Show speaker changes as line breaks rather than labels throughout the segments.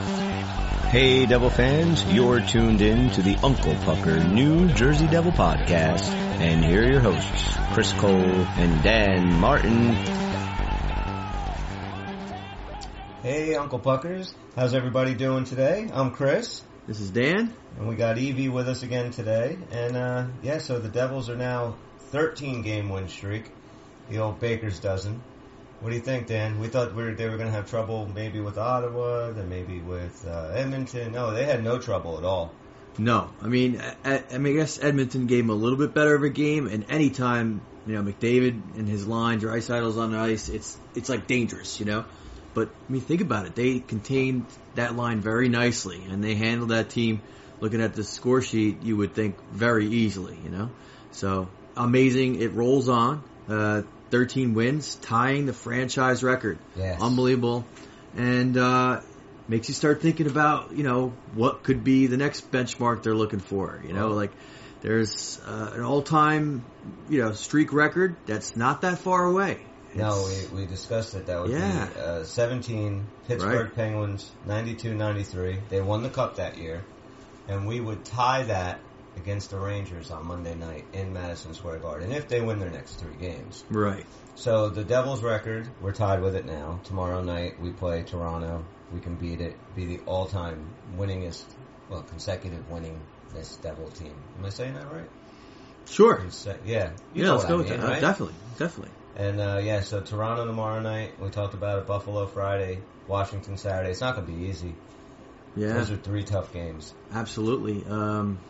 Hey, Devil fans, you're tuned in to the Uncle Pucker New Jersey Devil podcast. And here are your hosts, Chris Cole and Dan Martin.
Hey, Uncle Puckers. How's everybody doing today? I'm Chris,
This is Dan.
and we got Evie with us again today. And, uh, yeah, so the Devils are now 13 game win streak, the old Baker's dozen. What do you think, Dan? We thought we were, they were going to have trouble maybe with Ottawa, then maybe with uh, Edmonton. No, they had no trouble at all.
No, I mean, I, I mean, I guess Edmonton gave him a little bit better of a game, and anytime you know McDavid and his line, Dreisaitl's on the ice, it's it's like dangerous, you know. But I mean, think about it. They contained that line very nicely, and they handled that team. Looking at the score sheet, you would think very easily, you know. So amazing! It rolls on. Uh, 13 wins, tying the franchise record.
Yes.
Unbelievable, and uh, makes you start thinking about you know what could be the next benchmark they're looking for. You know, like there's uh, an all-time you know streak record that's not that far away.
No, we, we discussed it. That would
Yeah.
be uh, 17 Pittsburgh Penguins, 92-93. They won the cup that year, and we would tie that against the Rangers on Monday night in Madison Square Garden if they win their next three games.
Right.
So the Devils' record, we're tied with it now. Tomorrow night we play Toronto. We can beat it. Be the all-time winningest, well, consecutive winningest Devil team. Am I saying that right?
Sure.
Conse- yeah. You
yeah,
know
let's
what
go
I
with
mean,
that. Uh,
right?
Definitely, definitely.
And uh, yeah, so Toronto tomorrow night. We talked about it. Buffalo Friday, Washington Saturday. It's not going to be easy.
Yeah.
Those are three tough games.
Absolutely. Um,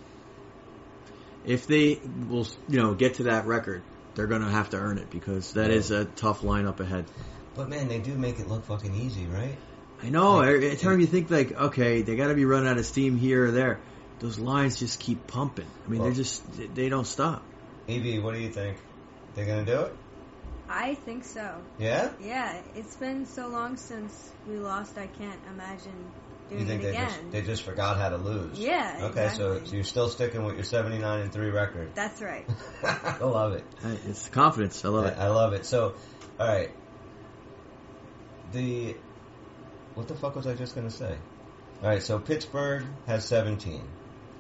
if they will, you know, get to that record, they're going to have to earn it because that is a tough lineup ahead.
But man, they do make it look fucking easy, right?
I know.
Like-
every time you think like, okay, they got to be running out of steam here or there. Those lines just keep pumping. I mean,
Well-
they're just they don't stop.
Eb, what do you think? They're going to do it?
I think so.
Yeah.
Yeah, it's been so long since we lost. I can't imagine doing
You think
it
they
again.
just they just forgot how to lose?
Yeah,
Okay, so,
exactly.
so you're still sticking with your 79 and three record.
That's right.
I love it.
I- It's the confidence. I love
I,
it.
I love it. So, all right. The what the fuck was I just gonna say? All right, so Pittsburgh has 17.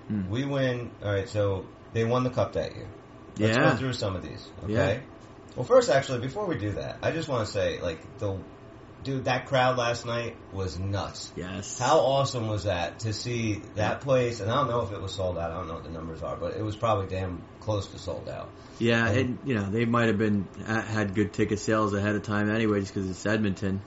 Hmm.
We win. All right, so they won the cup that year. Let's
yeah.
go through some of these. Okay.
Yeah.
Well, first, actually, before we do that, I just want to say, like, the dude, that crowd last night was nuts.
Yes.
How awesome was that to see that place? And I don't know if it was sold out. I don't know what the numbers are, but it was probably damn close to sold out.
Yeah, and you know they might have been ha- had good ticket sales ahead of time anyway, just because it's Edmonton.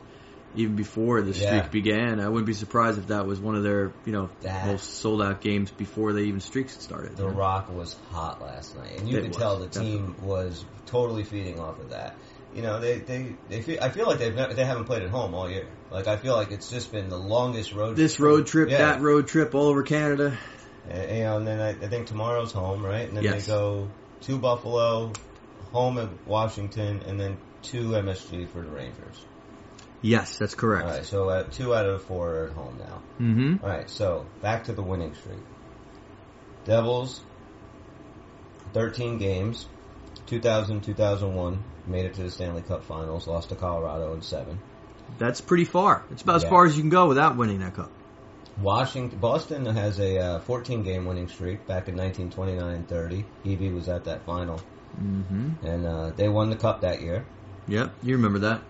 Even before the streak
Yeah.
began, I wouldn't be surprised if that was one of their you know
That-
most sold out games before they even streaks started.
The Rock was hot last night, and you
It
could
was,
tell the team was totally feeding off of that. You know, they they, they feel, I feel like they've never, they haven't played at home all year. Like I feel like it's just been the longest road.
This road trip,
Yeah.
that road trip, all over Canada.
And, you know, and then I, I think tomorrow's home, right? And then
Yes.
they go to Buffalo, home at Washington, and then two MSG for the Rangers.
Yes, that's correct.
All right, so uh, two out of four are at home now.
Mm-hmm.
All right, so back to the winning streak. Devils, 13 games, 2000, 2001, made it to the Stanley Cup Finals, lost to Colorado in seven.
That's pretty far. It's about
Yeah.
as far as you can go without winning that cup.
Washington, Boston has a uh, 14 game winning streak back in 1929-30. Evie was at that final,
Mm-hmm.
and uh, they won the cup that year.
Yep, you remember that.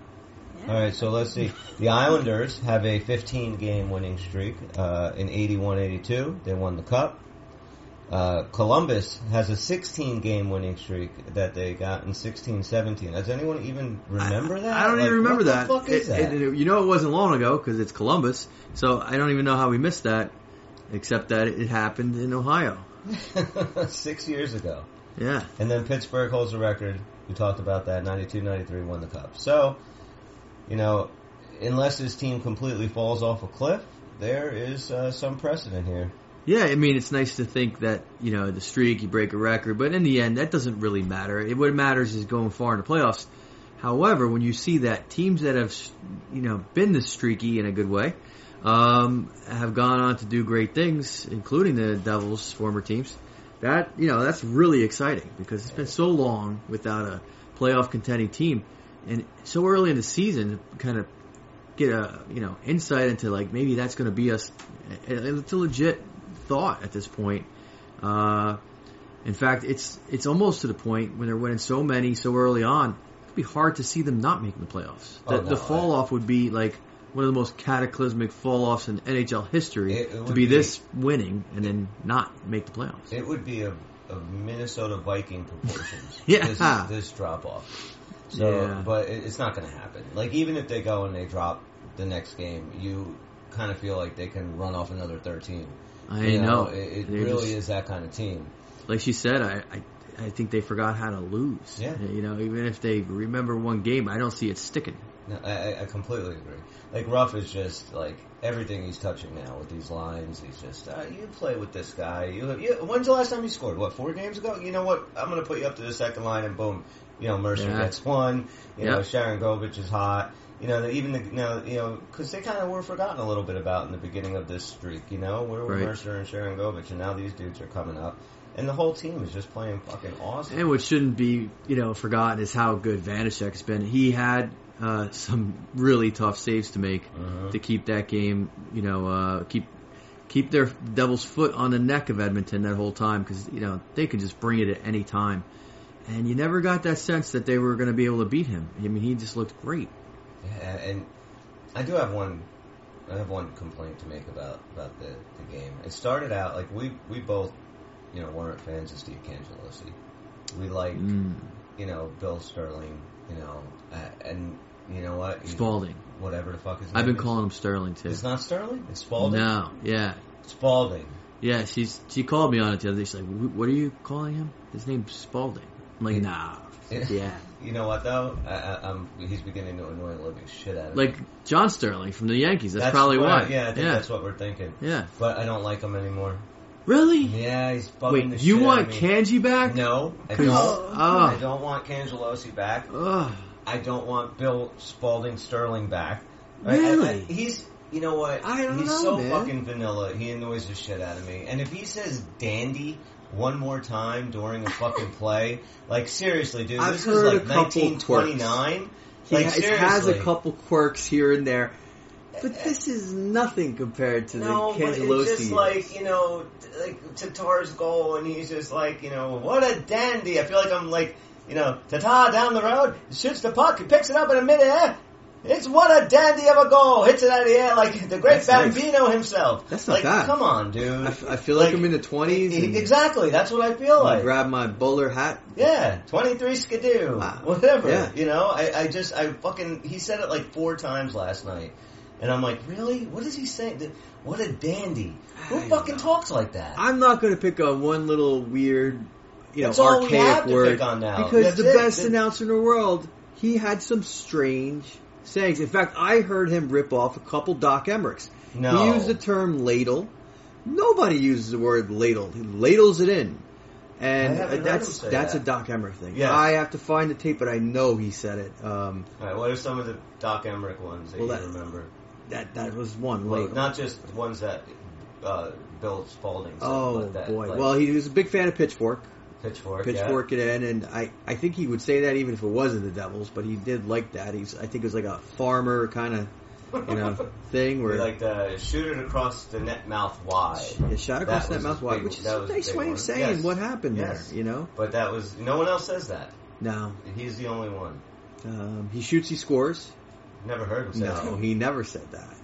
Yeah.
All right, so let's see. The Islanders have a 15 game winning streak uh, in 81 82. They won the cup. Uh, Columbus has a 16 game winning streak that they got in 16 17. Does anyone even remember
I-
that?
I don't
Like,
even
what
remember
the
that.
fuck is
It-
that?
it- it- you know, it wasn't long ago because it's Columbus, so I don't even know how we missed that, except that it happened in Ohio.
Six years ago.
Yeah,
And then Pittsburgh holds the record. We talked about that. 92 93 won the cup. So, you know, unless this team completely falls off a cliff, there is uh, some precedent here.
yeah. I mean, it's nice to think that you know the streak, you break a record, but in the end, that doesn't really matter. It what matters is going far in the playoffs. However, when you see that teams that have you know been this streaky in a good way um, have gone on to do great things, including the Devils' former teams. That you know that's really exciting because it's been so long without a playoff contending team, and so early in the season, kind of
get a you know insight into like maybe that's going to be us. It's a legit thought at this point. Uh, in fact, it's it's almost to the point when they're winning so many so early on, it'd be hard to see them not making the playoffs.
Oh,
the,
no,
the
I-
fall off would be like one of the most cataclysmic fall offs in NHL history
It- it
to
would
be,
be-
this winning and then not make the playoffs.
It would be of, of Minnesota Viking proportions.
Yeah.
This, this drop off. So,
Yeah.
but it, it's not going to happen. Like, even if they go and they drop the next game, you kind of feel like they can run off another 13.
I
You
know.
It, it
They're
really
just-
is that kind of team.
like she said, I, I I think they forgot how to lose.
Yeah.
You know, even if they remember one game, I don't see it sticking.
No, I, I- I completely agree. Like Ruff is just like everything he's touching now with these lines. He's just uh, you play with this guy. You, you when's the last time you scored? What four games ago? You know what? I'm gonna put you up to the second line and boom. You know Mercer
Yeah.
gets one. You
Yeah.
know Sharon Govich is hot. You know that even the you know you know because they kind of were forgotten a little bit about in the beginning of this streak. You know where were
Right.
Mercer and Sharon Govich, and now these dudes are coming up, and the whole team is just playing fucking awesome.
And what shouldn't be, you know, forgotten is how good Vanacek has been. He had uh, some really tough saves to make
Mhm.
to keep that game, you know, uh, keep keep their Devils' foot on the neck of Edmonton that whole time because you know they could just bring it at any time, and you never got that sense that they were going to be able to beat him. I mean, he just looked great.
Yeah, and I do have one. I have one complaint to make about about the, the game. It started out like we we both, you know, weren't fans of Steve Cangelosi. We like
Mm,
you know Bill Sterling, you know, uh, and you know what He's-
Spalding.
whatever the fuck his name.
I've been
is.
calling him Sterling too.
It's not Sterling. It's Spalding.
No, yeah,
Spalding.
yeah. She's she called me on it the other day. She's like, "Wh- "What are you calling him? His name's Spalding." I'm like,
Yeah.
"Nah,
It-
yeah."
You know what though? I, I, I'm, he's beginning to annoy the living shit out of me.
Like John Sterling from the Yankees. That's, probably
what
why.
I- yeah, I think
yeah.
that's what we're thinking.
yeah.
But I don't like him anymore.
Really?
Yeah, he's bugging the
Wait,
shit
you
out
want
of me.
Kanji back?
No, I
Cause-
don't. I
oh,
don't want Cangelosi back.
Oh.
Ugh.
I don't want Bill Spalding Sterling back. I- I- I,
really?
he's. You know what?
I don't
he's
know,
so
man.
fucking vanilla. He annoys the shit out of me. And if he says dandy one more time during a fucking play, like seriously, dude,
I've
this
heard
was like
a couple
1929.
He
Like,
ha- it has a
seriously.
couple quirks here and there, but this is nothing compared to
No,
the
but
Cangelosi.
it's just like you know, t- like Tatar's goal, and he's just like you know, what a dandy. I feel like I'm like you know, Tatar down the road shoots the puck, he picks it up in a midair. It's what a dandy of a goal! Hits it out of the air like the great
That's nice.
Bambino himself.
That's not
like,
bad.
Come on, dude.
I, f- I feel like,
Like,
I'm in the 20s.
E-
And
exactly, that's what I feel
I
like.
grab my bowler hat.
Yeah, 23 skidoo,
Wow.
whatever.
Yeah.
You know, I, I just, I fucking, he said it like four times last night. And I'm like, really? What is he saying? Th- What a dandy. Who
I
fucking
know.
talks like that?
I'm not going to pick on one little weird, you know,
That's all we
archaic
have to
word
pick on now.
because
That's
the
it.
best
That-
announcer in the world, he had some strange sayings. In fact, I heard him rip off a couple Doc Emmerichs.
no.
He used the term ladle. Nobody uses the word ladle. He ladles it in. And
I haven't heard him
that's
say
that's
that.
a Doc Emmerich thing.
Yes.
I have to find the tape, but I know he said it. Um,
all right, what are some of the Doc Emmerich ones that
Well,
you
that-
remember?
that that was one
Well,
ladle.
not just ones that uh, Bill Spalding said,
oh
but that,
boy!
like,
well, he was a big fan of Pitchfork.
Pitchfork. yeah.
Pitchfork it in, and I I think he would say that even if it wasn't the Devils, but he did like that. He's I think it was like a farmer kind of you know thing where
like the shoot it across the net mouth wide.
yeah, shot across
that was
that, mouth
a
wide,
big-
which is
that
a
was a
nice
big
way
one.
of saying
Yes.
what happened
Yes.
there. You know,
But that was, no one else says that.
no,
He's the only one.
um, he shoots, he scores.
Never heard him say that.
No, he never said that.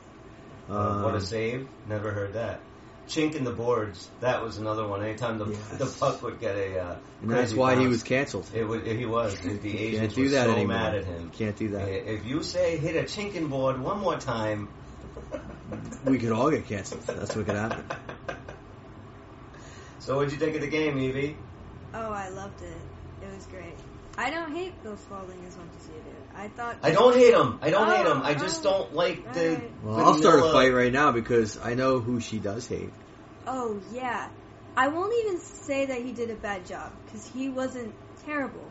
Uh, what a
Um,
save! Never heard that. Chink in the boards. That was another one. Anytime the
Yes.
the puck would get a, uh,
and that's
crazy
why he
bounce,
was canceled.
It would. He was. The, the
You
Asians
can't do
were
that
so
anymore.
mad at him.
You can't do that.
If you say hit a chinking board one more time,
We could all get canceled. That's what could happen.
So what'd you think of the game, Evie?
Oh, I loved it. It was great. I don't hate Bill Spalding as much as you do. I thought
I don't hate him. I don't hate
Oh,
him. I just
oh,
don't like the.
alright.
Well, I'll start a
vanilla-
fight right now because I know who she does hate.
Oh yeah, I won't even say that he did a bad job because he wasn't terrible.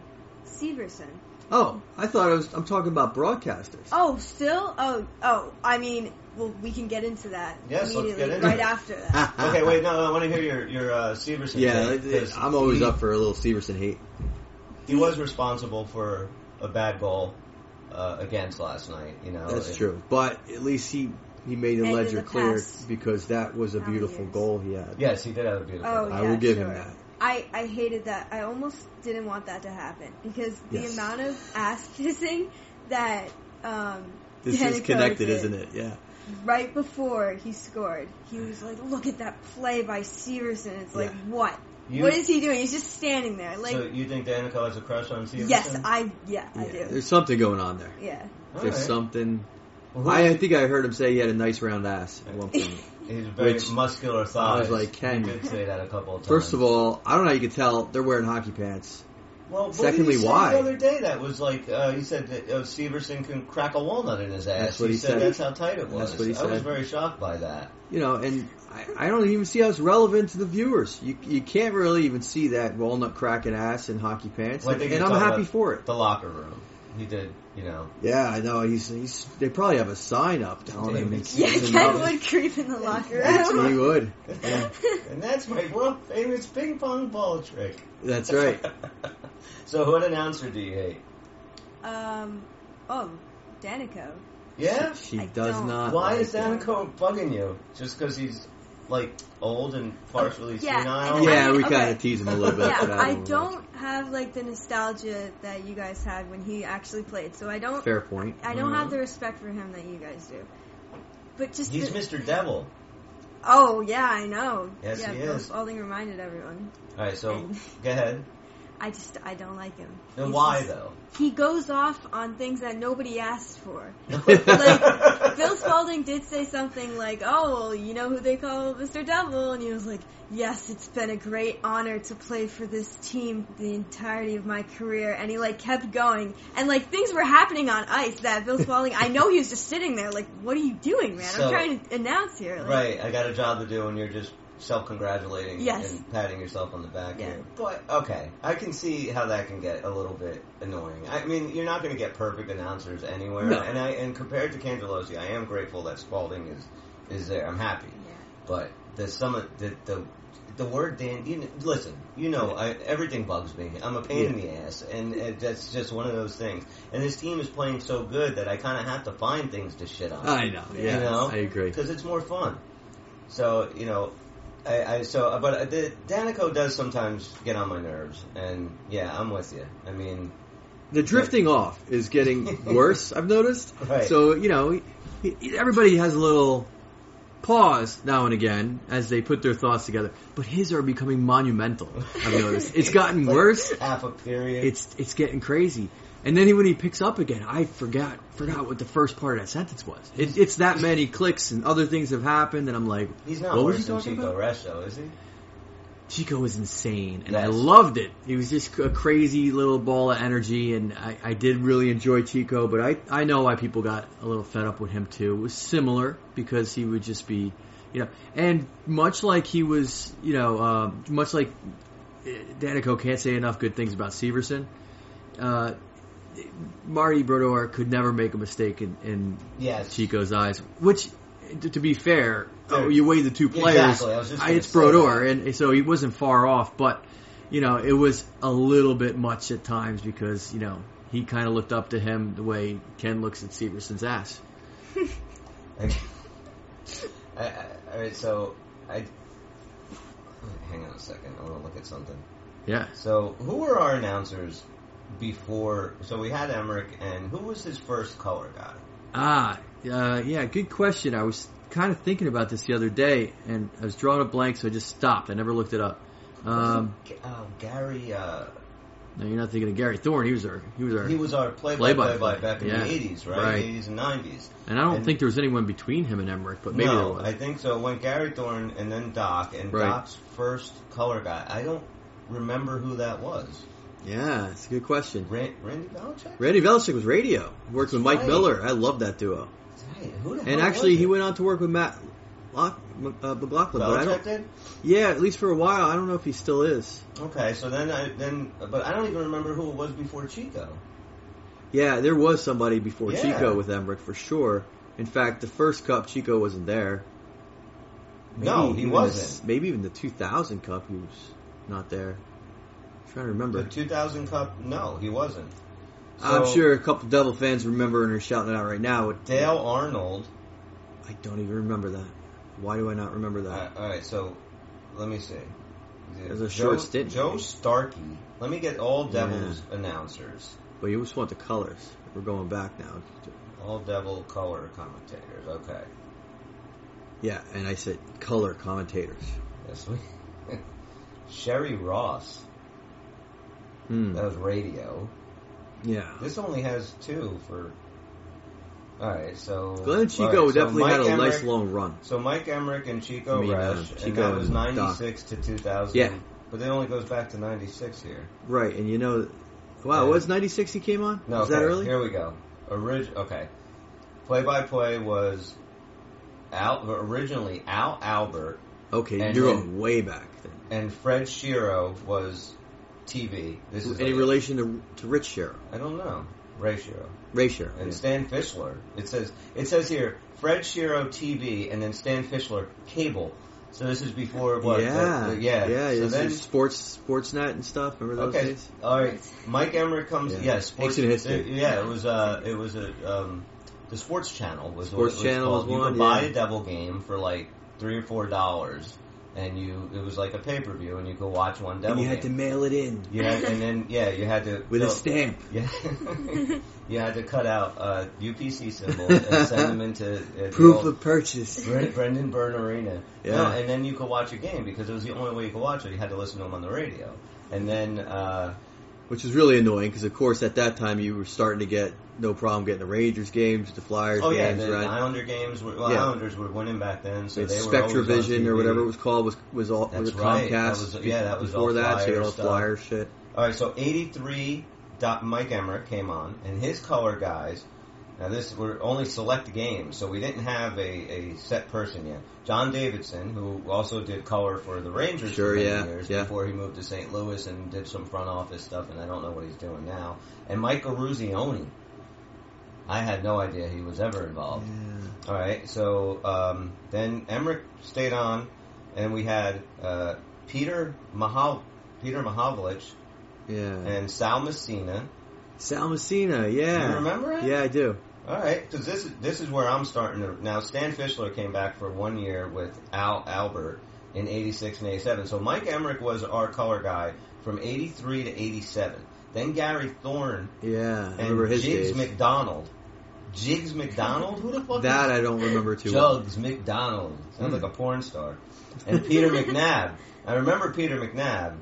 Severson.
Oh, I thought I was. I'm talking about broadcasters.
Oh, still? Oh, oh. I mean, well, we can get into that
Yes, let's
immediately
get into
right
it.
after that.
Okay, wait. No, no, I want to hear your your uh, Severson.
Yeah,
take, 'cause
I'm always
he-
up for a little Severson hate.
He was responsible for a bad goal. uh, against last night. You know,
That's
It-
true. But at least he he made the
And in
ledger
the
clear
past
because that was a
how many
beautiful
years?
goal he had.
Yes, he did have a beautiful.
Oh,
goal.
I
yeah,
will give
sure.
him that.
I, I hated that. I almost didn't want that to happen because the
Yes.
amount of ass kissing that um,
This
Danico
is connected,
did
isn't it? Yeah.
Right before he scored, he was like, "Look at that play by Severson." It's like,
Yeah.
what?
You-
what is he doing? He's just standing there. Like,
so you think Danico has a crush on Stevenson?
yes, I yeah, I
Yeah,
do.
There's something going on there.
Yeah,
All
There's
right.
something.
Well, who-
I, I think I heard him say he had a nice round ass at one point.
He's very
Which-
muscular thighs.
I was like,
he
Ken.
did say that a couple of times.
First of all, I don't know how you could tell they're wearing hockey pants.
well, what
secondly,
did he say
why?
The other day, that was like uh, he said that uh, Severson can crack a walnut in his ass.
That's what he
said.
said.
That's how tight it was.
That's what he
I was
said.
very shocked by that.
You know, and I, I don't even see how it's relevant to the viewers. You you can't really even see that walnut cracking ass in hockey pants,
Well, I
and,
think you
I'm
talk
happy
about
for it.
The locker room. He did, you know.
Yeah, I know. He's, he's they probably have a sign up telling him. It's,
yeah.
it's
Ken
enough.
would creep in the locker
He
room.
would.
and that's my world famous ping pong ball trick.
That's right.
so, what announcer do you hate?
um, oh, Danico.
Yeah.
She
I
does
don't.
not.
Why
like
is
that.
Danico bugging you? Just because he's like old and partially
Oh, Yeah,
senile?
and I
Yeah,
mean,
we kind
okay.
of tease him a little bit.
yeah,
for that
I
one.
don't have like the nostalgia that you guys had when he actually played, so I don't.
Fair point.
I don't have the respect for him that you guys do. But just
Mm. He's
the,
Mr. Devil.
oh yeah, I know.
Yes,
yeah,
he
Bill
is.
Spalding reminded everyone.
All right, so
And
go ahead.
I just I don't like him.
Then
He's
why
just-
though?
He goes off on things that nobody asked for. Like, Bill Spalding did say something like, "Oh, well, you know who they call Mr. Devil," and he was like, "Yes, it's been a great honor to play for this team the entirety of my career," and he like kept going, and like things were happening on ice that Bill Spalding. I know he was just sitting there, like, "What are you doing, man?
So-
I'm trying to announce here." Like,
right, I got a job to do, and you're just self-congratulating
Yes.
and patting yourself on the back.
Yeah.
Here. But okay, I can see how that can get a little bit annoying. I mean, you're not going to get perfect announcers anywhere,
No.
and I and compared to Cangelosi, I am grateful that Spalding is is there. I'm happy. but the some of the the, the word Dan. You know, listen, you know, I, everything bugs me. I'm a pain in the ass, and, and that's just one of those things. And this team is playing so good that I kind of have to find things to shit on
I know. Yeah,
You know?
I agree.
because it's more fun. So you know, I, I so uh, but the, Danico does sometimes get on my nerves, and yeah, I'm with you. I mean,
The drifting off is getting worse. I've noticed.
Right.
So you know, he- he- everybody has a little pause now and again as they put their thoughts together. But his are becoming monumental. I've noticed. It's gotten
like,
worse.
half a period.
It's it's getting crazy. And then when he picks up again, I forgot forgot what the first part of that sentence was. It, it's that many clicks and other things have happened, and I'm like,
He's not
what was
worse
he
than
talking
Chico
about?
Resch, though, is he?
Chico was insane, and I
Yes.
loved it. He was just a crazy little ball of energy, and I, I did really enjoy Chico. But I I know why people got a little fed up with him too. It was similar because he would just be, you know, and much like he was, you know, um, much like uh, Danico can't say enough good things about Severson. Uh, Marty Brodeur could never make a mistake in, in
Yes.
Chico's eyes, which, to, to be fair,
Dude.
oh, you weigh the two players.
Exactly, I was just
I-
gonna
it's
say
Brodeur, and so he wasn't far off, but you know it was a little bit much at times because you know he kind of looked up to him the way Ken looks at Severson's ass.
Okay. I, I, all right, so I hang on a second. I want to look at something.
Yeah,
So, who were our announcers before? So we had Emmerich, and who was his first color guy?
ah, uh, yeah, good question. I was kind of thinking about this the other day, and I was drawing a blank, so I just stopped. I never looked it up. Um,
G- uh, Gary. Uh,
no, you're not thinking of Gary Thorne. He was our, he was our,
he was our play-by-play
Play-by-play,
guy back in
yeah.
the '80s, right?
Right.
'80s and '90s.
and I don't
and-
think there was anyone between him and Emmerich, but maybe there
no,
was.
I think so. It went Gary Thorne and then Doc, and
Right.
Doc's first color guy. I don't remember who that was.
yeah, it's a good question.
Ran- Randy Belichick.
Randy Velichek was radio. Worked with Mike
right.
Miller. I love that duo.
Hey, who the hell
And actually,
was
he
it?
went on to work with Matt Lock, uh, McLaughlin. But I
Belichick
don't,
did.
yeah, at least for a while. I don't know if he still is.
Okay, so then I then, but I don't even remember who it was before Chico.
Yeah, there was somebody before
Yeah.
Chico with Emmerich for sure. In fact, the first cup Chico wasn't there.
No, he
even the-
wasn't.
maybe even the 2000 cup he was not there. I'm trying to remember.
The 2000 Cup, no, he wasn't.
I'm
So-
sure a couple Devil fans remember and are shouting it out right now. It-
Dale Arnold.
I don't even remember that. Why do I not remember that?
Uh, all right, so let me see.
was a short stint.
Joe Starkey. Let me get all Devils announcers,
But you just want the colors. We're going back now.
all Devil color commentators. Okay,
Yeah, and I said color commentators.
this week. Sherry Ross.
Hmm.
That was radio.
Yeah.
This only has two for. All right, so
Glenn Chico
all right, so
definitely
Mike
had a nice
Emmerich-
long run.
So Mike Emmerich and Chico
I mean, uh,
Resch, and
Chico
that was
and Doc.
'96 to 2000.
Yeah.
but it only goes back to '96 here.
Right, and you know, wow,
Yeah.
it was 96 he came on?
No,
was that
okay,
early?
Here we go. Orig- okay. Play by play was Al originally Al Albert
Okay,
And
you're
then-
going way back then.
and Fred Shiro was TV. This is
Any
like-
relation to, to Rich Shero?
I don't know. Ray Shiro
Ray Shero.
and Stan Fischler. It says it says here Fred Shiro TV and then Stan Fischler cable. So this is before what?
yeah,
the- the- yeah.
yeah.
So
this
then,
is sports, Sportsnet and stuff. Remember those
okay,
days?
all right. Mike Emmerich comes.
Yeah.
Yes, sports.
Ancient history.
Yeah, it was. Uh, it was a. Um, the Sports Channel was what
Sports
it was
Channel
called.
was
you
one,
could buy
yeah.
a Devil game for like three or four dollars, and you it was like a pay per view, and you could watch one Devil
and you had to
game.
mail it in
you had, and then yeah, you had to
with a
no,
stamp.
Yeah, you had to cut out uh, UPC symbols and send them into uh, the
Proof
old-
of purchase.
Bre- Brendan Byrne Arena.
Yeah.
No, and then you could watch a game because it was the only way you could watch it. You had to listen to them on the radio, and then. Uh,
Which is really annoying because, of course, at that time you were starting to get no problem getting the Rangers games, the Flyers
Oh yeah,
games,
the
right?
Islander games. Were, well,
Yeah.
Islanders were winning back then, so
With
they were always on
Spectravision or
TV.
whatever it was called was was all
That's
was
right.
Comcast.
That was- yeah, that was
before
all
that. So you
Flyer
had all
stuff.
Flyer shit.
All right, so '83, Mike Emmerich came on, and his color guys. Now this were only select games, so we didn't have a, a set person yet. John Davidson, who also did color for the Rangers
Sure,
for many
yeah,
years
yeah.
before he moved to St. Louis and did some front office stuff, and I don't know what he's doing now. And Mike Ruzioni. I had no idea he was ever involved. All right, so um, then Emmerich stayed on, and we had uh, Peter Mahal, Peter Mahavlich,
Yeah,
and Sal Messina.
Sal Messina. Yeah,
You remember it?
Yeah, I do.
All right, because this is this is where I'm starting to now. Stan Fischler came back for one year with Al Albert in '86 and '87. So Mike Emmerich was our color guy from '83 to '87. Then Gary Thorne
Yeah, I remember
and
his
Jigs
days.
McDonald. Jigs McDonald, who the fuck is
that I Hmm. don't remember too well.
Jugs McDonald. Sounds like a porn star. And Peter McNabb. I remember Peter McNabb.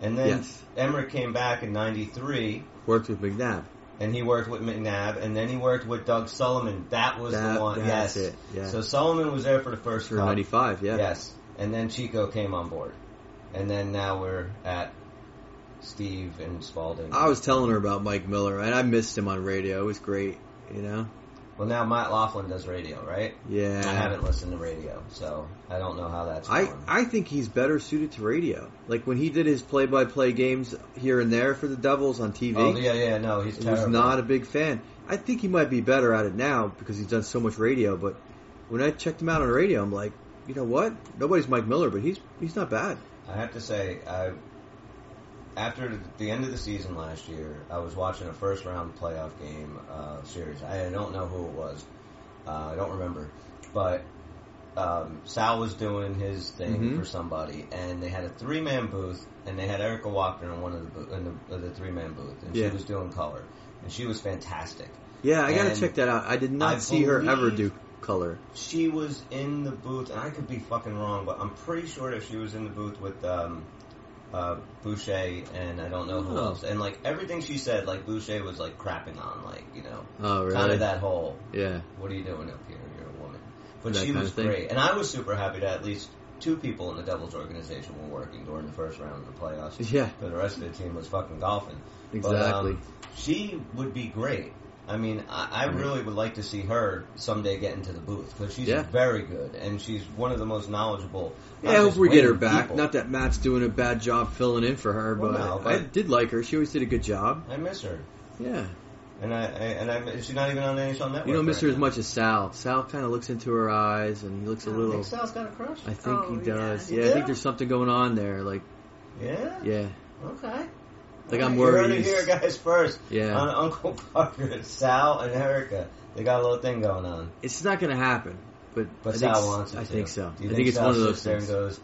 And then
Yes.
Emmerich came back in 93,
Worked with McNabb.
and he worked with McNabb, and then he worked with Doug Sullivan. That was
That-
the one.
that's
Yes.
it, yeah.
So Sullivan was there for the first
For
cup.
'95, yeah.
Yes. And then Chico came on board. And then now we're at Steve and Spalding.
I was telling her about Mike Miller, and I missed him on radio. It was great, you know.
well, now Matt Laughlin does radio, right?
Yeah,
I haven't listened to radio, so I don't know how that's
I,
going.
I think he's better suited to radio. Like when he did his play-by-play games here and there for the Devils on TV,
oh, yeah, yeah, no, he's
he was
terrible.
not a big fan. I think he might be better at it now because he's done so much radio. But when I checked him out on radio, I'm like, you know what? Nobody's Mike Miller, but he's he's not bad.
I have to say, I after the end of the season last year, I was watching a first round playoff game uh, series. I don't know who it was. Uh, I don't remember, but um, Sal was doing his thing
Mhm.
for somebody, and they had a three man booth, and they had Erica Walker in one of the boo- in the, uh, the three man booth, and she
Yeah.
was doing color, and she was fantastic.
Yeah, I gotta
And
check that out. I did not
I
see her ever do
believe-
color.
She was in the booth, and I could be fucking wrong, but I'm pretty sure that she was in the booth with um, uh, Boucher, and I don't know who
Oh.
else. And like everything she said, like Boucher was like crapping on, like you know,
Oh, really?
kind of that whole
Yeah,
"What are you doing up here? You're a woman." But
That
she
kind
was
of thing.
great, and I was super happy that at least two people in the Devils organization were working during the first round of the playoffs.
yeah,
But the rest of the team was fucking golfing. But,
exactly.
um, she would be great. I mean, I, I
Mhm.
really would like to see her someday get into the booth because she's
Yeah.
very good and she's one of the most knowledgeable. not
yeah, I hope
just
we get her
women,
back.
people.
Not that Matt's doing a bad job filling in for her,
Well,
but,
no,
I
but-
did like her. She always did a good job.
I miss her,
Yeah,
and I, I and I she's not even on the NHL Network.
you don't miss
right
her as
now.
much as Sal. Sal kind of looks into her eyes, and he looks a
I
I
little.
think Sal's got a crush.
I think
Oh,
he does.
yeah.
Yeah. I
Yeah?
think there's something going on there. Like,
Yeah.
yeah,
Okay.
Like I'm
You heard
worried.
it here, guys, first.
Yeah.
On Uncle Parker and Sal and Erica. They got a little thing going on.
It's not going to happen. But,
But
I think,
Sal
s-
wants it
I
to.
think so. I
Do you
think, it's
Sal
one of those
sits there
things.
and goes,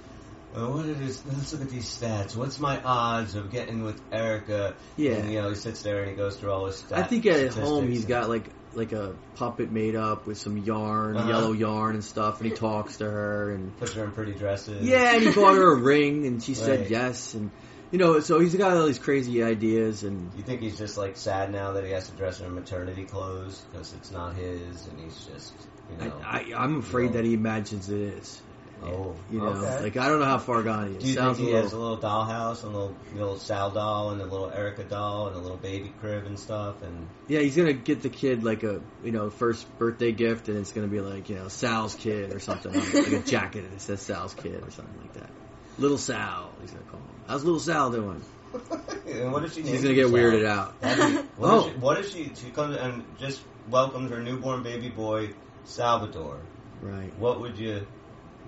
"Oh, what it is, let's look at these stats. What's my odds of getting with Erica?
Yeah.
And, you know, he sits there and he goes through all his stats.
I think at home
he's
he's got like like a puppet made up with some yarn,
Uh-huh.
yellow yarn and stuff, and he talks to her and
Puts her in pretty dresses.
yeah, and he bought her a ring and she said
Right.
yes and you know so he's got all these crazy ideas and
You think he's just like sad now that he has to dress her in maternity clothes because it's not his, and he's just you know.
I, I, I'm afraid that he imagines it is.
oh,
You know,
okay.
like I don't know how far gone he is.
Do you think
Sounds
he
a little,
has a little dollhouse, and a little, little Sal doll, and a little Erica doll, and a little baby crib and stuff? And
yeah, he's gonna get the kid like a you know first birthday gift, and it's gonna be like you know Sal's kid or something, like, like a jacket and it says Sal's kid or something like that. Little Sal, he's gonna call him. How's little Sal doing?
and what does she?
He's gonna get weirded out.
out. What,
Oh.
if she, what if she? She comes and just welcomes her newborn baby boy Salvador.
Right.
What would you?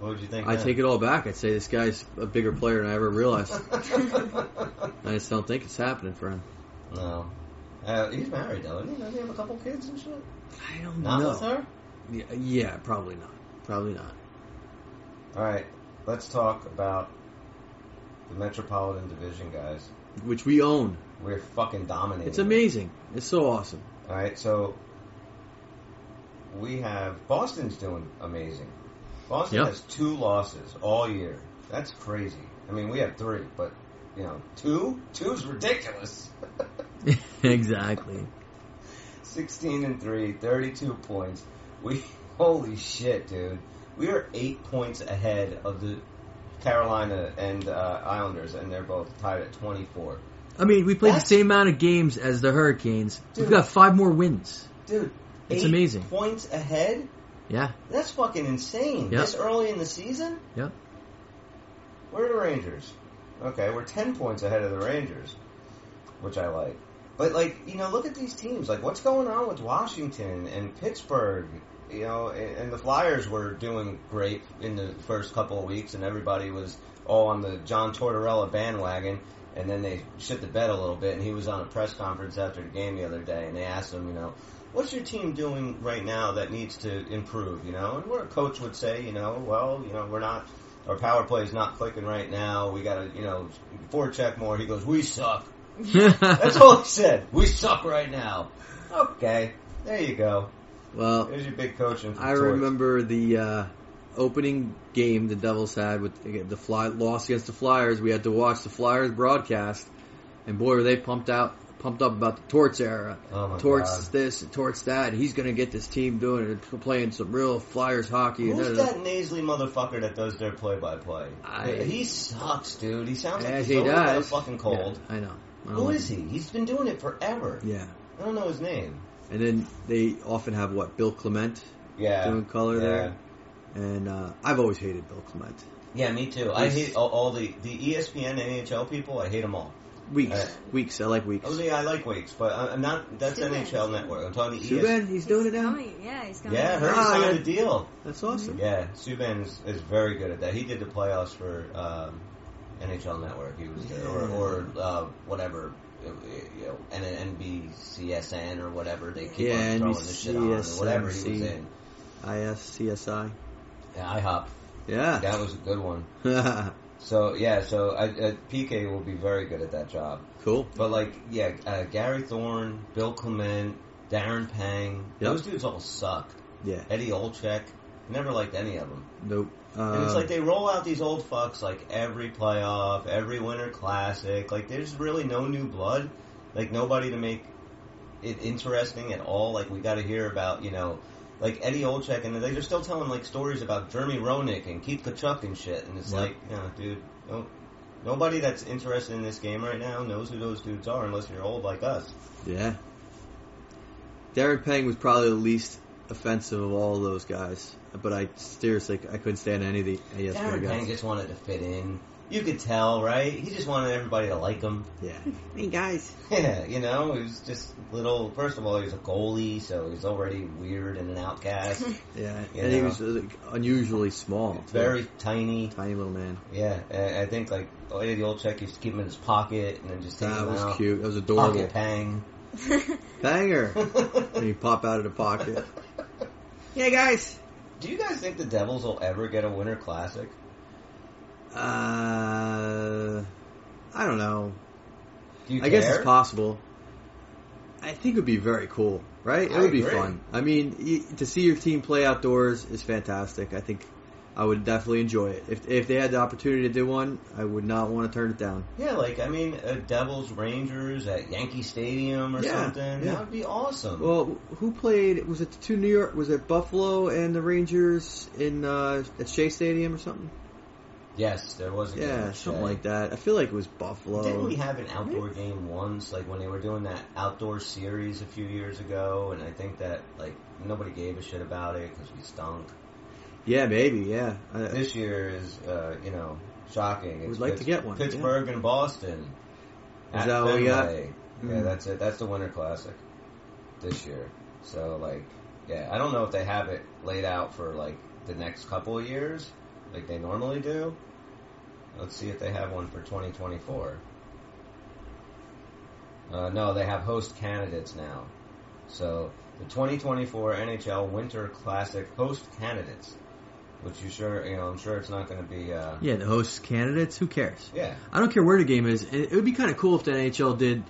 What would you think?
I take it all back. I'd say this guy's a bigger player than I ever realized.
it.
I just don't think it's happening for him.
no, uh, he's married though, isn't he? Doesn't he have a couple kids and shit?
I don't
Not with
know.
her.
Yeah, yeah, probably not. Probably not.
All right, let's talk about the Metropolitan Division, guys.
Which we own.
We're fucking dominating.
It's amazing. It's so awesome.
All right, so we have Boston's doing amazing. Boston
Yeah.
has two losses all year. That's crazy. I mean, we have three, but you know, two, two's ridiculous.
exactly.
16 and 3, 32 points. We holy shit, dude. We are 8 points ahead of the Carolina and uh, Islanders and they're both tied at 24.
I mean, we played
That's-
the same amount of games as the Hurricanes.
Dude.
We've got five more wins.
Dude,
It's
eight
amazing.
Points ahead?
Yeah.
That's fucking insane.
Yep.
This early in the season?
Yep.
We're the Rangers. Okay, we're 10 points ahead of the Rangers, which I like. But like, you know, look at these teams. Like what's going on with Washington and Pittsburgh? You know, and, and the Flyers were doing great in the first couple of weeks and everybody was all on the John Tortorella bandwagon and then they shit the bed a little bit and he was on a press conference after the game the other day and they asked him, you know, what's your team doing right now that needs to improve, you know? And where a coach would say, you know, well, you know, we're not our power play is not clicking right now. We gotta, you know, forecheck more. He goes, we suck. That's all he said. We suck right now. Okay, there you go.
well,
There's your big coaching.
I remember the uh, opening game the Devils had with again, the fly loss against the Flyers. We had to watch the Flyers broadcast, and boy, were they pumped out, pumped up about the Torts era.
Oh my
Torts
God.
this, Torts that. He's going to get this team doing it, playing some real Flyers hockey.
Who's
and da- da- da.
that nasally motherfucker that does their play-by-play?
I-
he sucks, dude. He sounds like
As
he's
he
always got a
does.
fucking cold.
Yeah, I know. I
Who
like
is he? He's been doing it forever.
it. Yeah,
I don't know his name.
and then they often have what Bill Clement
Yeah.
doing color
yeah.
there, and uh, I've always hated Bill Clement.
Yeah, me too. I
He's-
hate all, all the the E ESPN NHL people. I hate them all.
Weeks,
Uh,
weeks. I like weeks.
Oh yeah, I like Wakes, but I- I'm not. That's
Subban.
NHL Network. I'm talking to E ESPN.
Subban, he's doing it now.
Coming, yeah, he's coming.
Oh, Yeah, I heard he
Ah,
signed
yeah.
a deal.
That's awesome.
Yeah, Subban is, is very good at that. He did the playoffs for um, NHL Network. He was there, or, or uh, whatever, uh, you know, N- NBCSN or whatever. They keep
Yeah,
on throwing this shit on, or whatever he was
NBCSN.
in.
ISCSI.
Yeah, IHOP.
Yeah.
That was a good one.
cool.
So yeah, so I, uh, PK will be very good at that job. But like, yeah, uh, Gary Thorne, Bill Clement, Darren Pang,
Yep.
those dudes all suck.
Yeah.
Eddie Olchek, never liked any of them.
Nope. Um,
Uh,
And it's like they roll out these old fucks like every playoff, every Winter Classic. Like there's really no new blood. Like nobody to make it interesting at all. Like we got to hear about you know, like Eddie Olchek, and they're still telling like stories about Jeremy Roenick and Keith Kachuk and shit. And it's
Yeah.
like, you know, dude, no, nobody that's interested in this game right now knows who those dudes are unless you're old like us.
yeah. Darren Pang was probably the least offensive of all those guys, but I seriously I couldn't stand any of the ASP
Darren Pang
guys.
just wanted to fit in. you could tell, right? He just wanted everybody to like him.
Yeah.
Hey guys,
Yeah, you know, he was just little. First of all, he was a goalie, so he's already weird and an outcast.
Yeah.
You
and he
know.
was uh, like, unusually small. too.
Very tiny.
tiny little man.
Yeah, I I think like oh yeah, the old check used to keep him in his pocket and then just take
That
him
was
out.
cute. That was adorable.
Pocket pang.
Banger. and
Do
he pop out of the pocket.
yeah guys.
you guys think the Devils will ever get a Winter Classic?
Uh, I don't know.
Do you
I guess
care?
it's possible. I think it would be very cool, right? It
I
would be
agree.
fun. I mean, y to see your team play outdoors is fantastic. I think I would definitely enjoy it. If if they had the opportunity to do one, I would not want to turn it down.
Yeah, like I mean, uh, Devils Rangers at Yankee Stadium or
Yeah,
something.
yeah.
That would be awesome.
Well, who played? Was it the two New York? Was it Buffalo and the Rangers in uh, at Shea Stadium or something?
yes, there was a game
Yeah,
at
something
Shea.
like that. I feel like it was Buffalo.
Didn't we have an outdoor game once, like when they were doing that outdoor series a few years ago? And I think that like nobody gave a shit about it because we stunk.
yeah, maybe. Yeah, I,
This year is, uh, you know, shocking.
We'd like to get one, yeah.
Pittsburgh and Boston.
Is
At
that what we got?
Fenway. Yeah,
Mm.
that's it. That's the Winter Classic this year. So like, yeah, I don't know if they have it laid out for like the next couple of years, like they normally do. Let's see if they have one for 2024. Uh, no, they have host candidates now. So the 2024 NHL Winter Classic host candidates, which you sure, you know, I'm sure it's not going to be. Uh,
Yeah, the host candidates. Who cares?
yeah,
I don't care where the game is. It it would be kind of cool if the NHL did,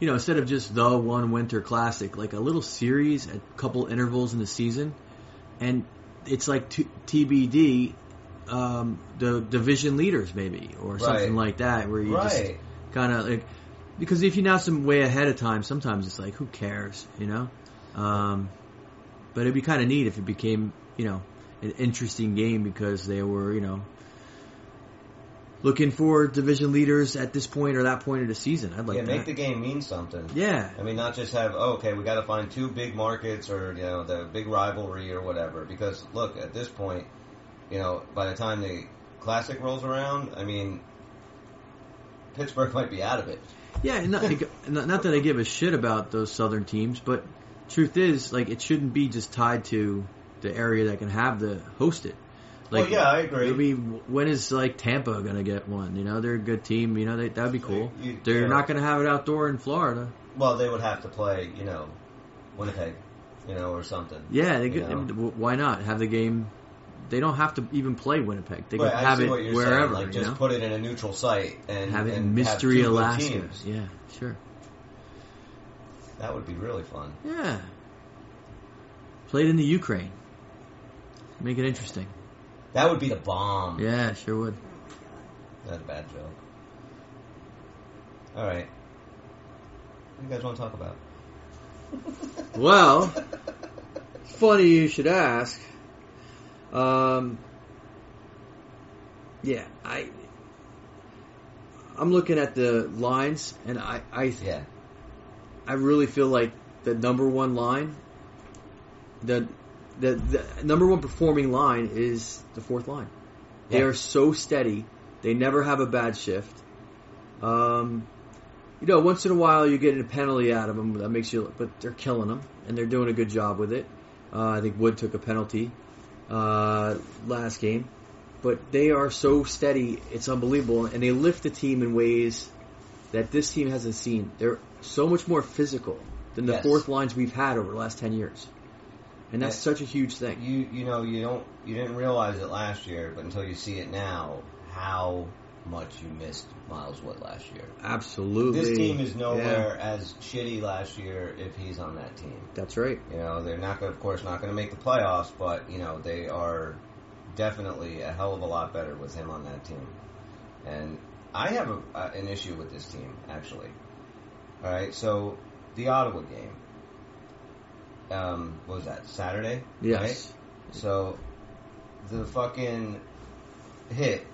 you know, instead of just the one Winter Classic, like a little series, a couple intervals in the season, and it's like t- TBD, um, the division leaders maybe or something
Right.
like that, where you just
right.
kind of like because if you announce them way ahead of time, sometimes it's like who cares, you know? Um, but it'd be kind of neat if it became you know an interesting game because they were you know looking for division leaders at this point or that point of the season. I'd like
yeah, make
that.
the game mean something.
yeah,
I mean, not just have oh, okay, we got to find two big markets or you know the big rivalry or whatever. Because look, at this point, you know, by the time the classic rolls around, I mean, Pittsburgh might be out of it.
yeah. and Not, not not that I give a shit about those southern teams, but truth is like it shouldn't be just tied to the area that can have the host it.
well, Oh,
Like,
yeah, I agree.
Maybe when is like Tampa gonna get one? You know, they're a good team. You know, they, that'd be cool.
You-
They're
yeah.
not gonna have it outdoor in Florida.
Well, they would have to play, you know, Winnipeg, you know, or something.
Yeah, they
You
could,
know.
and w- why not have the game? They don't have to even play Winnipeg. They could
But I
have
see
it
what you're
wherever.
saying. Like,
you
just
know,
put it in a neutral site and
have it
and
in Mystery
have two good
Alaska.
teams.
Yeah, sure.
That would be really fun.
Yeah, played in the Ukraine. Make it interesting.
That would be the bomb.
Yeah, sure would.
That's a bad joke. All right. What do you guys want to talk about?
Well, funny you should ask. Um, yeah, I I'm looking at the lines, and I I
Yeah.
I really feel like the number one line, the the, the number one performing line is the fourth line. They
Yeah.
are so steady. They never have a bad shift. Um, you know, once in a while you get a penalty out of them that makes you, but they're killing them and they're doing a good job with it. Uh, I think Wood took a penalty uh, last game, but they are so steady, it's unbelievable, and they lift the team in ways that this team hasn't seen. They're so much more physical than the
Yes.
fourth lines we've had over the last ten years, and that's
Yeah.
such a huge thing.
You you know you don't you didn't realize it last year, but until you see it now, how much you missed Miles Wood last year.
Absolutely,
This team is
Yeah,
nowhere as shitty last year if he's on that team.
that's right.
You know, they're not going to, of course, not going to make the playoffs, but you know, they are definitely a hell of a lot better with him on that team. And I have a, uh, an issue with this team actually. All right, so the Ottawa game um, what was that Saturday?
Yes.
Right? So the fucking hit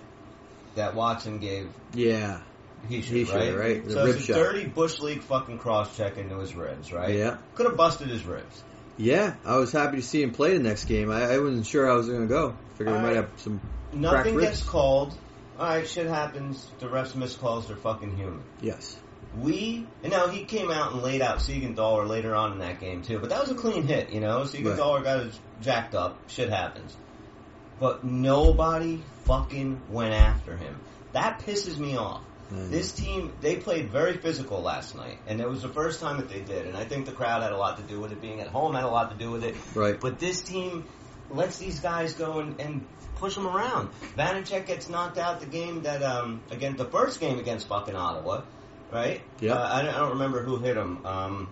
that Watson gave
Yeah.
he should,
He should,
right?
right? The
so
rib
it's a
shot.
dirty bush league fucking cross check into his ribs, right?
Yeah.
Could have busted his ribs.
Yeah, I was happy to see him play the next game. I, I wasn't sure I was going to go. Figured he
All
might
right.
have some.
Nothing
Crack
gets
ribs.
called. all right, shit happens. The refs miss calls. They're fucking human.
Yes.
We and now he came out and laid out Siegenthaler later on in that game too, but that was a clean hit, you know. Siegenthaler got his jacked up. Shit happens, but nobody fucking went after him. That pisses me off.
Mm.
This team they played very physical last night, and it was the first time that they did. And I think the crowd had a lot to do with it. Being at home had a lot to do with it.
Right.
But this team lets these guys go and, and push them around. Vanacek gets knocked out the game that um again the first game against fucking Ottawa, right?
Yep.
Uh, I, don't, I don't remember who hit him. Um,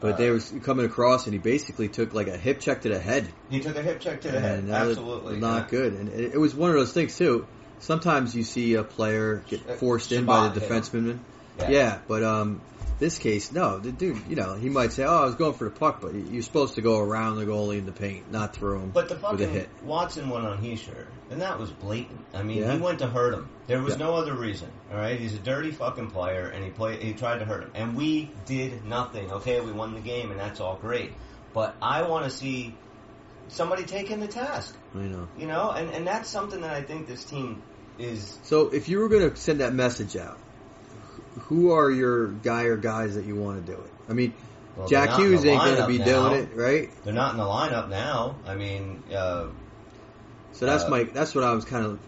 But they were coming across, and he basically took like a hip check to the head.
he took a hip check to the
and
head.
that was
Absolutely
not
yeah.
good. And it, it was one of those things too. Sometimes you see a player
Uh,
get forced in by
Shabbat
the
hit
defenseman.
Yeah.
Yeah. but um, this case, no, the dude, you know, he might say, "Oh, I was going for the puck," but you're supposed to go around the goalie in the paint, not through him
But the
with a
fucking
hit.
Watson one on Heisher, and that was blatant. I mean,
Yeah.
he went to hurt him. There was
Yeah.
no other reason. All right, he's a dirty fucking player, and he played. He tried to hurt him, and we did nothing. Okay, we won the game, and that's all great. But I want to see somebody take him to task.
I know.
You know, and and that's something that I think this team is.
So if you were going to send that message out, wh- who are your guy or guys that you want to do it? I mean,
well, they're
Jack
not in
Hughes
the
ain't going to
lineup
be
now.
doing it, right?
They're not in the lineup now. I mean, uh,
So that's
Uh,
my that's what I was kind of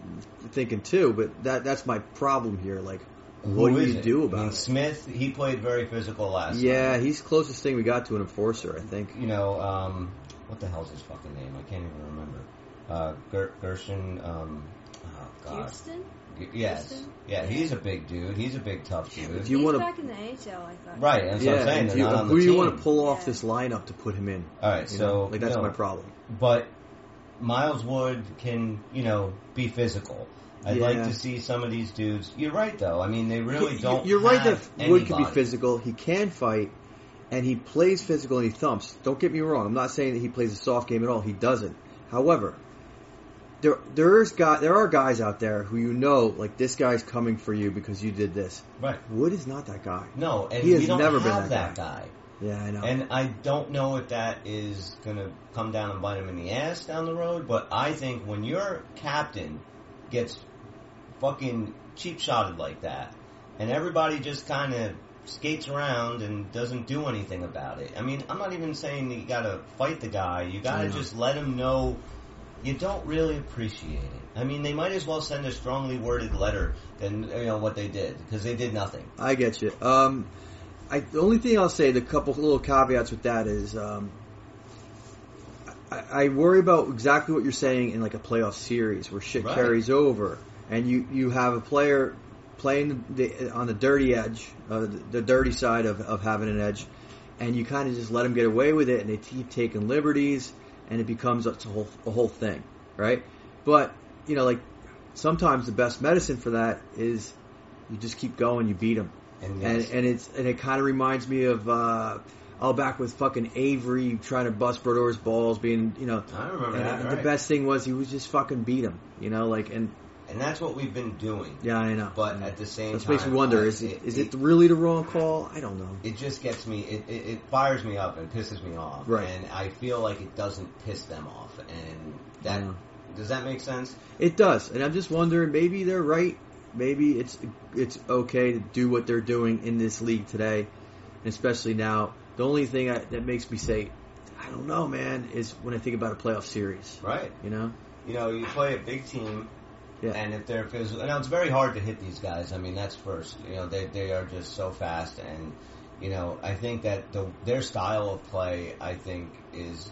thinking too. But that that's my problem here. Like, what
who
do
is
you
it? I
do
mean,
about it?
Smith? He played very physical last.
Yeah,
night.
he's closest thing we got to an enforcer, I think.
you know, um, what the hell's his fucking name? I can't even remember. Uh, Ger- Gershon, um, oh god.
Houston?
G- Yes.
Houston?
Yeah, he's a big dude. He's a big tough
If
dude.
you
He's
wanna-
back in the NHL, I thought.
Right, that's what I'm saying.
and
They're
you-
not on the
who do you
team.
want to pull off
Yeah.
this lineup to put him in?
All right,
you
so
know? like that's
no.
my problem.
but Miles Wood can, you know, be physical. I'd
Yeah.
like to see some of these dudes. You're right, though. I mean, they really
You-
don't.
You're right
have
that Wood could be
anybody.
physical. He can fight, and he plays physical and he thumps. Don't get me wrong. I'm not saying that he plays a soft game at all. He doesn't. However, there there's guy there are guys out there who you know like this guy's coming for you because you did this.
Right.
Wood is not that guy.
No, and
He has
we don't
never been
have
that
guy.
Yeah, I know.
And I don't know if that is going to come down and bite him in the ass down the road, but I think when your captain gets fucking cheap shotted like that, and everybody just kind of skates around and doesn't do anything about it. I mean, I'm not even saying that you got to fight the guy. You got
I
to
know.
just let him know you don't really appreciate it. I mean, they might as well send a strongly worded letter than you know what they did because they did nothing.
I get you. Um, I, the only thing I'll say, the couple little caveats with that is, um, I, I worry about exactly what you're saying in like a playoff series where shit
Right.
carries over, and you you have a player playing the, on the dirty edge, uh, the, the dirty side of, of having an edge, and you kind of just let them get away with it, and they keep taking liberties, and it becomes a whole a whole thing, right? But you know, like sometimes the best medicine for that is you just keep going, you beat them,
And,
and
yes,
and it's and it kind of reminds me of uh, all back with fucking Avery trying to bust Brodor's balls, being you know.
I remember
and-
that.
and
right.
the best thing was he was just fucking beat him, you know, like and
and that's what we've been doing.
yeah, I know.
But at the same
Which
time,
makes me wonder:
I-
is it, is it really the wrong call? I don't know.
it just gets me. It, it, it fires me up and pisses me off.
Right.
And I feel like it doesn't piss them off. And that
Yeah.
does that make sense?
It does, and I'm just wondering. Maybe they're right. Maybe it's it's okay to do what they're doing in this league today, and especially now. The only thing I, that makes me say, I don't know, man, is when I think about a playoff series.
Right.
You know,
You know, you play a big team,
Yeah.
and if they're physical, now it's very hard to hit these guys. I mean, that's first. You know, they they are just so fast, and you know, I think that the their style of play, I think, is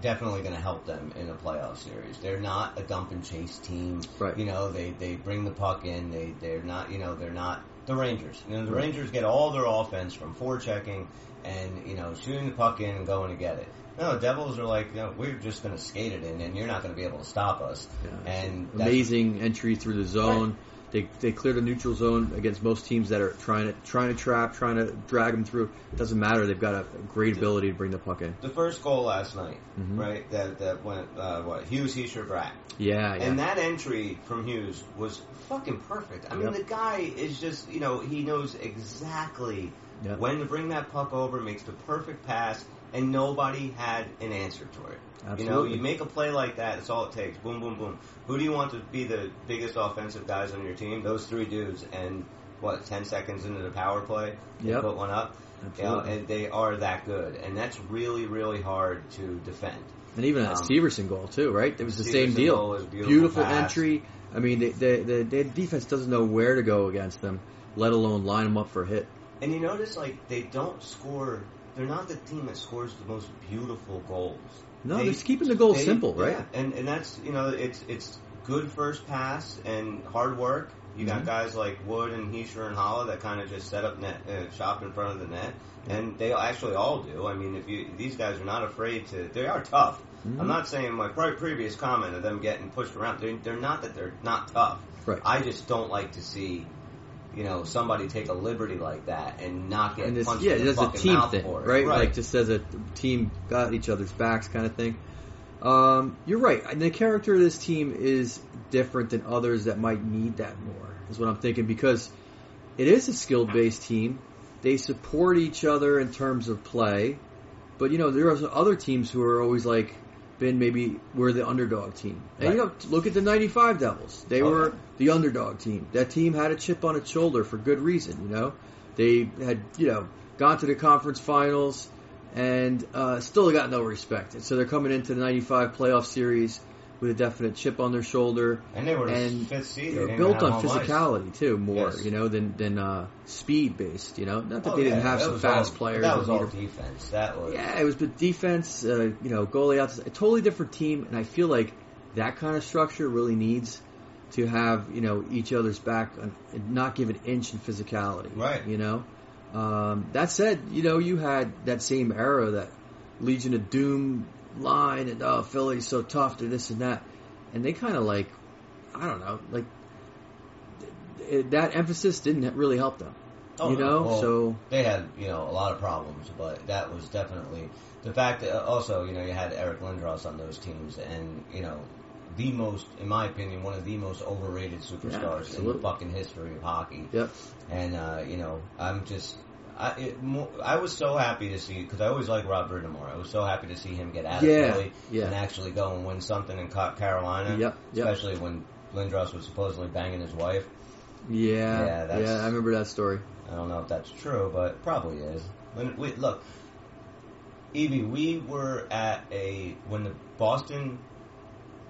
definitely going to help them in a playoff series. They're not a dump and chase team.
Right.
You know, they they bring the puck in. They they're not. You know, they're not the Rangers. You know, the Rangers get all their offense from forechecking and you know shooting the puck in and going to get it. No, the Devils are like, no, we're just going to skate it in, and you're not going to be able to stop us.
Yeah.
And that's-
amazing entry through the zone. They they clear the neutral zone against most teams that are trying to trying to trap, trying to drag them through. doesn't matter. They've got a great ability to bring the puck in.
the first goal last night,
Mhm.
right? That that went uh, what Hughes, Heischer, Brack,
Yeah, yeah.
and that entry from Hughes was fucking perfect. I mean,
Yep.
the guy is just you know he knows exactly
Yep.
when to bring that puck over, makes the perfect pass, and nobody had an answer to it. You know,
Absolutely.
you make a play like that, it's all it takes. Boom, boom, boom. Who do you want to be the biggest offensive guys on your team? Those three dudes. And what, 10 seconds into the power play, they
Yep.
put one up. You know,
Absolutely.
and they are that good. And that's really, really hard to defend.
and even that
um,
Steverson goal too, right? It was the same
Stevenson
deal.
goal was a beautiful
beautiful
pass.
entry. I mean, the, the, the, the defense doesn't know where to go against them, let alone line them up for a hit.
And you notice, like, they don't score. They're not the team that scores the most beautiful goals.
No,
They-
they're just keeping the goal
They-
simple, right?
yeah, And and that's you know it's it's good first pass and hard work. You got
Mhm.
guys like Wood and Heisher and Holla that kind of just set up net uh, shop in front of the net, and they actually all do. I mean, if you these guys are not afraid to, they are tough.
Mhm.
I'm not saying my pri- previous comment of them getting pushed around. They're, they're not that they're not tough.
Right.
I just don't like to see. You know, somebody take a liberty like that and not get
and it's,
punched
yeah,
in the
that's a
fucking
team
mouth
thing,
for it.
right? Like just as a team got each other's backs kind of thing. Um, you're right. And the character of this team is different than others that might need that more. Is what I'm thinking because it is a skill based team. They support each other in terms of play, but you know there are other teams who are always like been maybe we're the underdog team. And you know look at the '95 Devils. They
Oh,
were
yeah.
the underdog team. That team had a chip on its shoulder for good reason. You know they had you know gone to the conference finals and uh, still got no respect. And so they're coming into the '95 playoff series with a definite chip on their shoulder
and they were
and
fifth seed.
they
They
were
didn't
built
even
on
have home ice.
physicality too more,
Yes.
you know, than than uh, speed based. You know, not that
Oh,
they didn't
yeah,
have
that
some
was all-
fast players.
That
and
was all
leader-
defense. That was
yeah, it was but defense, uh, you know, goalie outs, a totally different team, and I feel like that kind of structure really needs to have you know each other's back on- and not give an inch in physicality.
Right.
You know, um, that said, you know, you had that same era that Legion of Doom line and oh Philly's so tough, they're this and that, and they kind of like, I don't know, like th- th- that emphasis didn't really help them.
Oh,
you
no.
know,
Well,
so
they had you know a lot of problems, but that was definitely the fact. That uh, also, you know, you had Eric Lindros on those teams, and you know, the most, in my opinion, one of the most overrated superstars in the
absolutely.
fucking history of hockey.
Yep.
And uh, you know, I'm just. I, it, mo- I was so happy to see because I always like Rob Brindamore. I was so happy to see him get out
Yeah,
of Philly
yeah.
and actually go and win something in Ca- Carolina.
Yep, yep.
Especially when Lindros was supposedly banging his wife.
yeah,
Yeah,
yeah,
that's-
yeah, I remember that story.
I don't know if that's true, but it probably is. When we, look, Evie, we were at a when the Boston,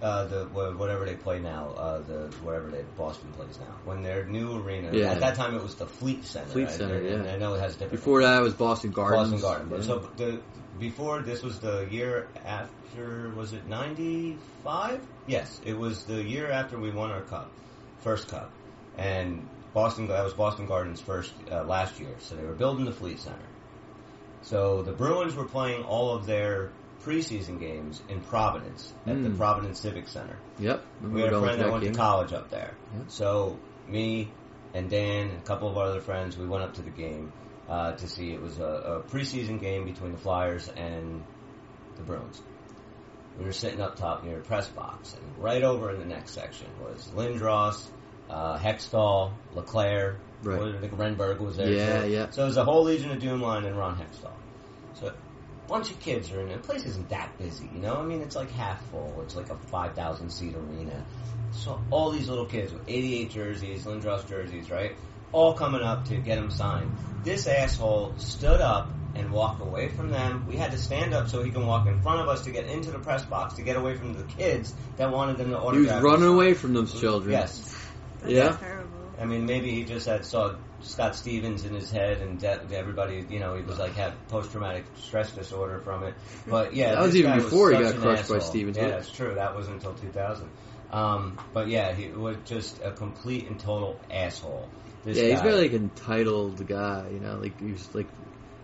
uh, the wha- whatever they play now, uh, the whatever they Boston plays now, when their new arena.
Yeah.
At that time, it was the Fleet Center.
Fleet
I-
Center,
and
yeah.
I know it has different.
Before that, it was Boston Gardens.
Boston Garden. But
Yeah.
So the before this was the year after was it ninety five? Yes, it was the year after we won our cup, first cup, and Boston that was Boston Gardens first uh, last year. So they were building the Fleet Center. So the Bruins were playing all of their preseason games in Providence at the
Mm.
Providence Civic Center.
yep.
We had a
going to
friend that
that
went
game.
to college up there.
Yeah.
So me and Dan and a couple of our other friends, we went up to the game uh, to see. It was a, a preseason game between the Flyers and the Bruins. We were sitting up top near a press box, and right over in the next section was Lindros, uh, Hextall, Leclaire.
Right.
I think Renberg was there.
Yeah,
too.
yeah.
So it was a whole Legion of Doom line and Ron Hextall. So bunch of kids are in it. The place isn't that busy, you know? I mean, it's like half full. It's like a 5,000 seat arena. So all these little kids with 88 jerseys, Lindros jerseys, right? All coming up to get him signed. This asshole stood up and walked away from them. We had to stand up so he can walk in front of us to get into the press box to get away from the kids that wanted them to
He was
autograph. his
running
sign.
away from those children.
Yes.
That's
Yeah.
terrible.
I mean, maybe he just had saw Scott Stevens in his head, and de- everybody, you know, he was like had post traumatic stress disorder from it. But yeah,
That was
this
even
guy
before he
such
got
an
crushed by
asshole.
Stevens,
Yeah,
wasn't it?
that's true. That was until 2000. Um, but yeah, he was just a complete and total asshole. This
yeah, he's
guy.
very like entitled guy. You know, like he was like,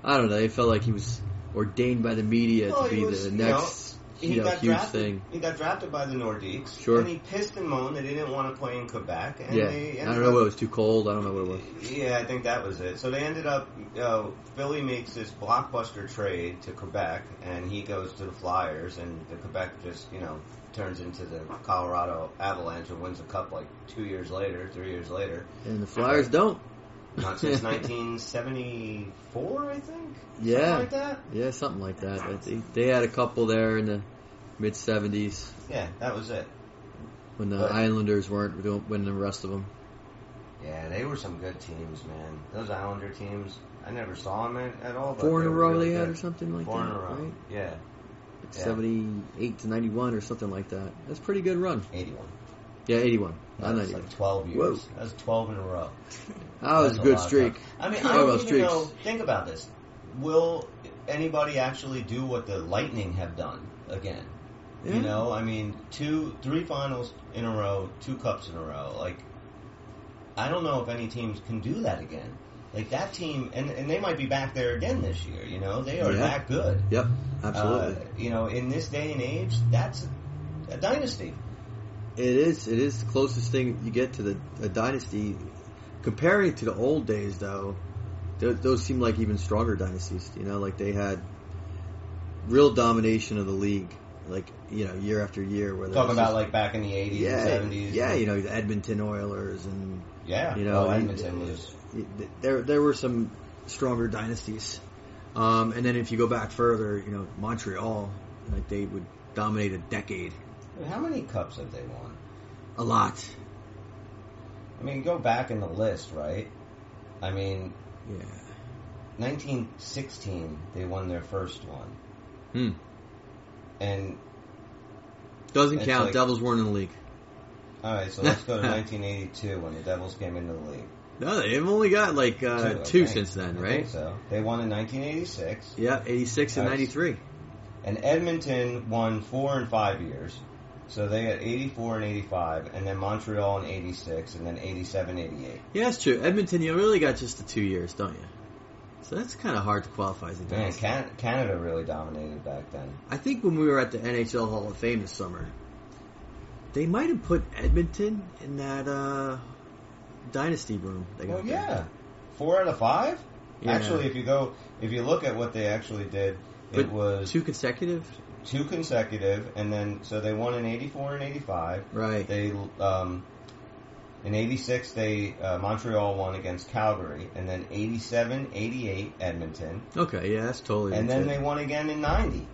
I don't know. He felt like he was ordained by the media
Well,
to
he
be
was,
the
you
next
He
you know,
got
huge
drafted.
thing.
He got drafted by the Nordiques,
Sure.
and he pissed and moaned that he didn't want to play in Quebec. And
yeah,
they
I
ended
don't know.
up
What, it was too cold. I don't know what it was.
Yeah, I think that was it. So they ended up. Uh, Philly makes this blockbuster trade to Quebec, and he goes to the Flyers, and the Quebec just you know turns into the Colorado Avalanche and wins the cup like two years later, three years later.
And the Flyers don't.
Not since 1974, I think.
Yeah.
Something like that.
Yeah, something like that. I think they had a couple there in the mid '70s
Yeah, that was it.
when the
Right.
Islanders weren't doing- winning the rest of them.
Yeah, they were some good teams, man. Those Islander teams, I never saw them at, at all. but
Four in a
were
row
really
they had,
good.
or something like
Four
that,
in a row.
right?
Yeah, Yeah.
'78 to '91 or something like that. That's a pretty good run.
81.
Yeah, '81.
That
Not
was
'91.
like 12 years. That was 12 in a row.
That was
That's
a
a
good
lot of
streak.
I mean,
Talk
I don't
about
even
streaks.
know. Think about this. Will anybody actually do what the Lightning have done again?
Yeah.
You know, I mean, two, three finals in a row, two cups in a row. Like, I don't know if any teams can do that again. Like that team, and and they might be back there again this year. You know, they are
Yeah.
that good.
Yep, absolutely.
Uh, you know, in this day and age, that's a dynasty.
It is. It is the closest thing you get to the a dynasty. Comparing it to the old days, though, th- those seem like even stronger dynasties. You know, like they had real domination of the league, like you know, year after year. Where there
Talking
was
about
just-
like back in the eighties
yeah,
and seventies.
yeah, you know, the Edmonton Oilers, and
yeah.
you know,
oh,
you-
Edmonton was
th- there there were some stronger dynasties. Um, and then if you go back further, you know, Montreal, like they would dominate a decade,
How many cups have they won?
a lot.
I mean, go back in the list, right? I mean,
Yeah.
1916, they won their first one.
Hmm.
And,
Doesn't
It's
count.
like-
Devils weren't in the league.
alright, so let's go to 1982 when the Devils came into the league.
No, they've only got like uh,
Two, I
two,
think.
since then,
I
right?
think so. They won in 1986.
Yeah, 86 and
Nice.
93.
And Edmonton won four and five years. So they had 84 and 85, and then Montreal in 86, and then 87, 88.
Yeah, that's true. Edmonton, you really got just the two years, don't you? So that's kind of hard to qualify as a
Man,
dynasty.
Can- Canada really dominated back then.
I think when we were at the NHL Hall of Fame this summer, they might have put Edmonton in that uh, dynasty room. They
Well,
there.
yeah. Four out of five?
Yeah.
Actually, if you go, if you look at what they actually did, it
But
was two,
two consecutive,
consecutive, and then so they won in '84 and '85.
right?
They um, in '86 they uh, Montreal won against Calgary, and then '87, '88 Edmonton,
Okay, yeah, that's totally.
and then they
legit.
won again in '90.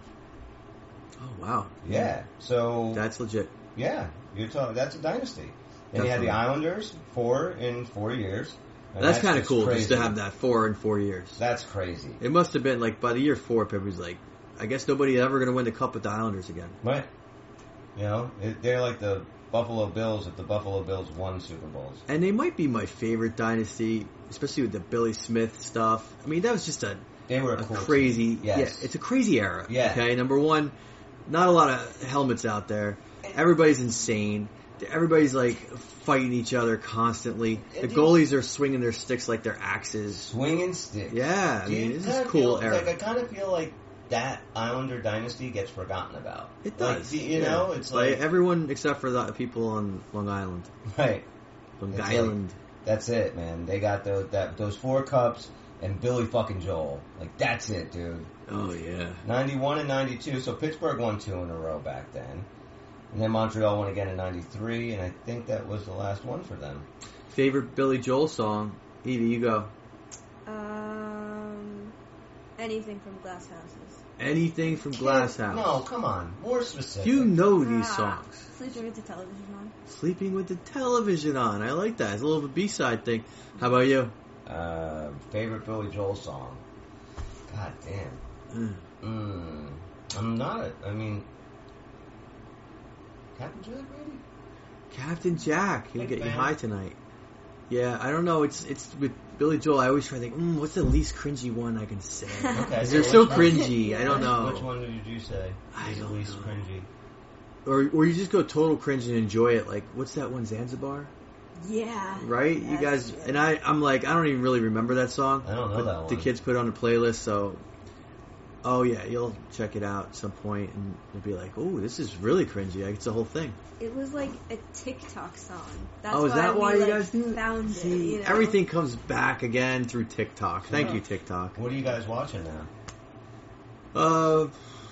Oh wow,
Yeah, so
that's legit.
yeah, you're talking that's a dynasty. And you had
Definitely.
the Islanders four in four years. and
that's kind of
just
cool just to
crazy.
have that four in four years.
That's crazy.
It must have been like by the year four, everybody's like, I guess nobody's ever going to win the cup with the Islanders again.
Right. You know, it, they're like the Buffalo Bills if the Buffalo Bills won Super Bowls.
And they might be my favorite dynasty, especially with the Billy Smith stuff. I mean, that was just a,
They were a,
a
cool
crazy,
team. Yes.
yeah, it's a crazy era.
Yeah.
Okay, number one, not a lot of helmets out there. Everybody's insane. Everybody's like fighting each other constantly. The
And you-
goalies are swinging their sticks like they're axes.
swinging stick.
Yeah, I
Do you
mean, this is
kinda
cool
feel-
era.
Like I kind of feel like that Islander dynasty gets forgotten about.
it
like,
does.
do you know, it's like-
everyone except for the people on Long Island.
Right.
Long
It's like-
Island.
That's it, man. They got those that those four cups and Billy fucking Joel. Like that's it, dude.
oh yeah.
91 and 92. So Pittsburgh won two in a row back then. And then Montreal won again in 93 and I think that was the last one for them.
Favorite Billy Joel song? Evie, you go.
Um, anything from Glass Houses.
Anything from Glass House.
No, come on. More specific.
You know these
Ah,
songs.
Sleeping with the television on.
Sleeping with the television on. I like that. It's a little bit B-side thing. How about you?
Uh, favorite Billy Joel song. God damn.
Mm.
Mm, I'm not. A, I mean, Captain Jack, maybe.
Captain Jack. He'll
Big
get you
Bang.
high tonight. Yeah, I don't know. It's it's with Billy Joel. I always try to think, mm, what's the least cringy one I can say?
Okay,
'Cause
so
they're
which
so
one-
cringy. I don't know.
Which one did you say?
I
is the
don't
least
know.
cringy.
Or or you just go total cringe and enjoy it. Like what's that one Zanzibar?
Yeah.
Right? You guys
That's
and I. I'm like I don't even really remember that song.
I don't know
but
that one.
The kids put it on a playlist, so oh yeah, you'll check it out at some point and you'll be like, oh, this is really cringy. Like, It's the whole thing.
It was like a TikTok song. That's
oh, is that
we,
why you
like,
guys do it?
found it?
See,
You know?
everything comes back again through TikTok. Thank
Yeah.
you, TikTok.
What are you guys watching now?
Uh,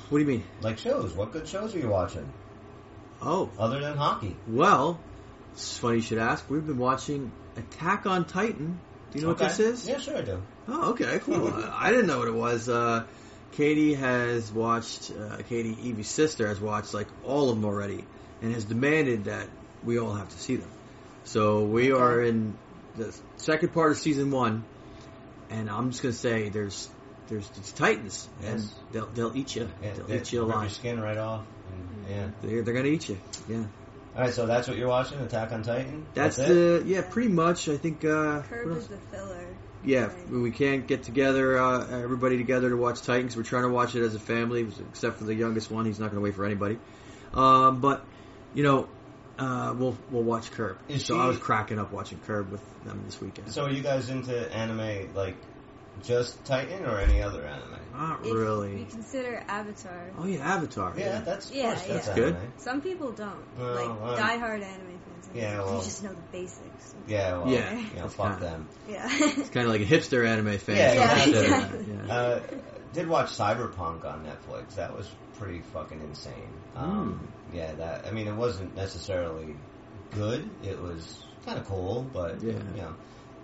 what do you mean?
Like shows. What good shows are you watching
Oh,
other than hockey?
well, it's funny you should ask. We've been watching Attack on Titan Do you know what this is?
Yeah, sure I do.
Oh, okay, cool. Uh, I didn't know what it was. Uh, Katie has watched, uh, Katie, Evie's sister, has watched like all of them already and has demanded that we all have to see them. So we are in the second part of season one, and I'm just going to say there's there's these titans, and
Yes.
they'll, they'll eat you.
Yeah,
they'll
they-
eat you
rip your
alive. Mm.
skin right off. and- yeah.
They're, they're going to eat you. Yeah.
All right, so that's what you're watching, Attack on Titan.
That's,
it?
the, yeah, pretty much. I think, uh, what
Curb
else?
is the filler.
Yeah,
Right.
we can't get together, uh, everybody together to watch Titans. We're trying to watch it as a family, except for the youngest one. He's not going to wait for anybody. Um, but you know, uh, we'll we'll watch Curb.
Is
so
she-
I was cracking up watching Curb with them this weekend.
So are you guys into anime like just Titan or any other anime?
not
If
really.
you consider Avatar,
Oh yeah, Avatar.
Yeah, that's of
Yeah,
course, that's
yeah.
Good.
anime.
some people don't.
Well,
like
well.
diehard anime fans.
Yeah,
like,
well.
You just know the basics.
Yeah, well,
Yeah.
you know,
That's
fuck
kinda-
them.
Yeah.
It's kind of like a hipster anime fan.
Yeah,
Something like
yeah,
that.
exactly.
Yeah.
Uh, did watch Cyberpunk on Netflix. That was pretty fucking insane. Um,
Hmm.
Yeah, that. I mean, it wasn't necessarily good. It was kind of cool, but
Yeah.
you know,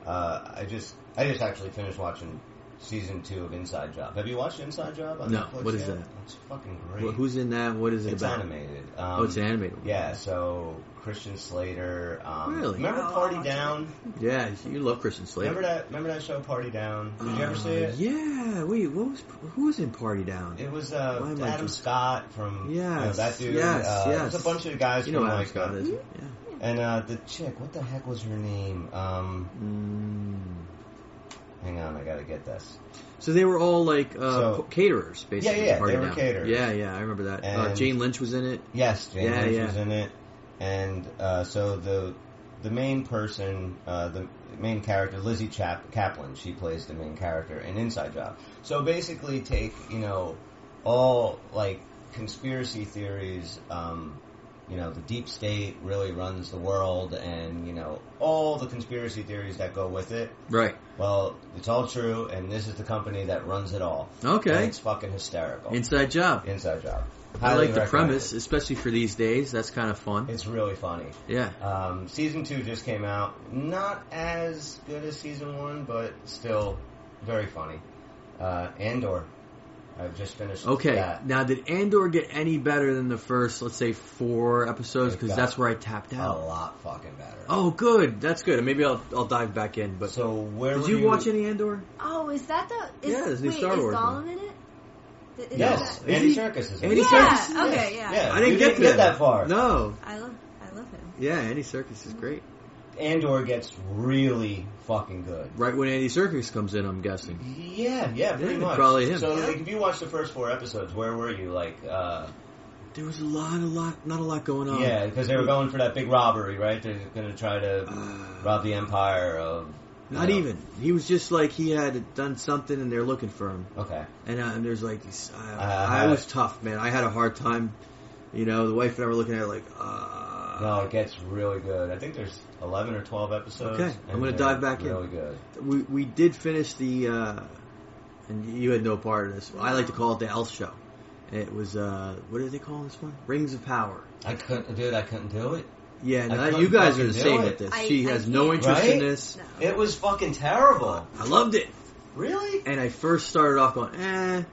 uh, I just I just actually finished watching season two of Inside Job. Have you watched Inside Job on
No,
Netflix?
what is
yet?
that?
It's fucking great.
Well, who's in that? What is it
it's
about?
animated. Um,
Oh, it's an animated. one.
Yeah, so Christian Slater. Um,
Really?
Remember
Oh,
Party
I'll watch
Down?
Yeah, you love Christian Slater.
Remember that? Remember that show Party Down? Did you ever see it?
Uh, Yeah. Wait, what was who was in Party Down?
It was
Why
uh,
am I
Adam
just-
Scott from you know,
Yes,
that dude.
yes,
uh,
yes.
There's a bunch of guys
You know
from
what
like
Adam Scott
uh,
is? Yeah.
and uh, the chick. What the heck was her name? Um,
Mm.
hang on, I gotta get this.
So they were all like uh,
So-
p- caterers, basically.
Yeah, yeah,
Party
they were
Down.
caterers.
Yeah, yeah, I remember that. Uh,
And-
Jane Lynch was in it.
Yes, Jane
Yeah,
Lynch
yeah.
was in it, and uh, so the the main person, uh, the main character, Lizzie Chap- Kaplan, she plays the main character in Inside Job. So basically, take you know all like conspiracy theories. Um, you know, the deep state really runs the world, and you know all the conspiracy theories that go with it.
Right.
Well, it's all true, and this is the company that runs it all. And
Okay.
it's fucking hysterical.
Inside job.
Inside Job.
I
Highly
like the
recommend
premise,
it.
especially for these days. That's kind of fun.
It's really funny.
Yeah.
Um, season two just came out. Not as good as season one, but still very funny. Uh, Andor. I've just finished
Okay.
that.
Now, did Andor get any better than the first, let's say, four episodes?
It
Because
got
that's where I tapped
A
out.
lot fucking better.
Oh, good. That's good. Maybe I'll I'll dive back in. But
so where
did
were
you, watch any Andor?
oh, is that the? Is,
Yeah, there's the
wait,
Star
is
Wars
Gollum
one.
in it? Th- is
Yes,
that-
Is
Andy
he-
Serkis is in
Andy
it.
Serkis?
Yeah. Okay. Yeah.
Yeah.
I
you
didn't get to
get
that.
that far.
No.
I love. I love him.
Yeah, Andy Serkis is great.
Andor gets really fucking good.
Right when Andy Serkis comes in, I'm guessing.
Yeah, yeah, pretty
Yeah,
much.
probably him.
So
Yeah.
like, if you watch the first four episodes, where were you? Like, uh,
There was a lot, a lot, not a lot going on.
yeah, because they were going for that big robbery, right? They're going to try to
Uh,
rob the empire of.
Not
you know,
even. He was just like he had done something, and they're looking for him.
Okay.
And, uh, and there's like, these, uh,
Uh,
I was tough, man. I had a hard time. You know, the wife and I were looking at it like, uh,
No, it gets really good. I think there's 11 or 12 episodes.
Okay, I'm
and
gonna
they're
dive back in.
really good.
we we did finish the, uh, and you had no part of this. I like to call it the Elf Show. It was uh, what do they call this one? Rings of Power.
I couldn't, dude, I couldn't do it.
Yeah,
I
no,
couldn't
you guys
fucking
are the
do
same
it.
with this.
I-
she
I
has no
can't.
interest in
Right?
this.
No.
It was fucking terrible.
I loved it.
Really?
And I first started off going, eh,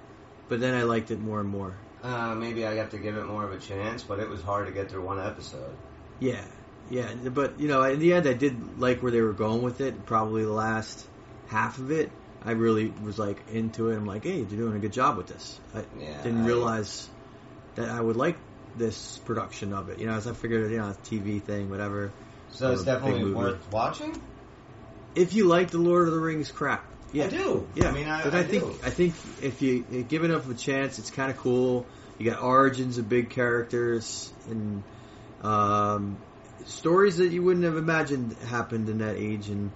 but then I liked it more and more.
Uh, maybe I have to give it more of a chance, but it was hard to get through one episode.
Yeah, yeah. But you know, in the end, I did like where they were going with it. Probably the last half of it, I really was like into it. I'm like, hey, they're doing a good job with this. I
Yeah,
didn't
I-
realize that I would like this production of it. You know, as I figured, you know, TV thing, whatever.
So it's
Or a big
definitely
movie.
worth watching?
If you like the Lord of the Rings crap, yeah,
I do.
Yeah,
I mean, I,
but
I,
I, think
do.
I think if you if give it up a chance, it's kind of cool. You got origins of big characters and um, stories that you wouldn't have imagined happened in that age. And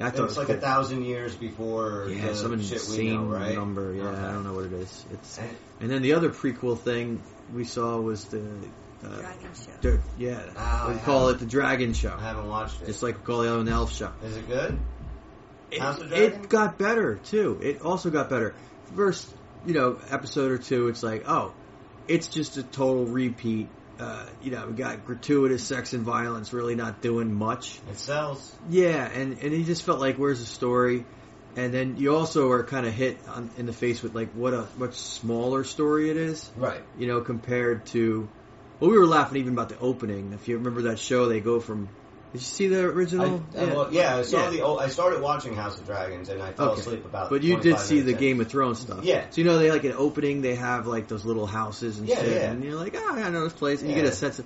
I thought
It's like a
it was
thousand years before the
cool. yeah, some
shit
insane
we know, right?
number. Yeah,
Okay.
I don't know what it is. It's
And-
and then the other prequel thing we saw was the uh,
Dragon show.
Dir- yeah,
Oh,
we
I
call
haven't-
it the Dragon Show,
I haven't watched it. Is
just like we call the other one the Elf Show.
it good?
It,
House of
it
Dragon?
got better too. It also got better. First, you know, episode or two, it's like, oh, it's just a total repeat uh, you know, we got gratuitous sex and violence really not doing much.
It sells.
Yeah, and and he just felt like, where's the story? And then you also are kind of hit on, in the face with like what a much smaller story it is,
Right.
you know, compared to. Well, we were laughing even about the opening. If you remember that show, they go from. Did you see the
I,
original?
I, well, yeah, I saw
Yeah.
the. Old, I started watching House of Dragons, and I fell
Okay.
asleep about.
But you did
25
see the
minutes in.
Game of Thrones stuff.
Yeah.
So you know they like an opening, they have like those little houses and
Yeah,
shit,
yeah.
and you're like, ah, I know this place, and you
Yeah.
get a sense of.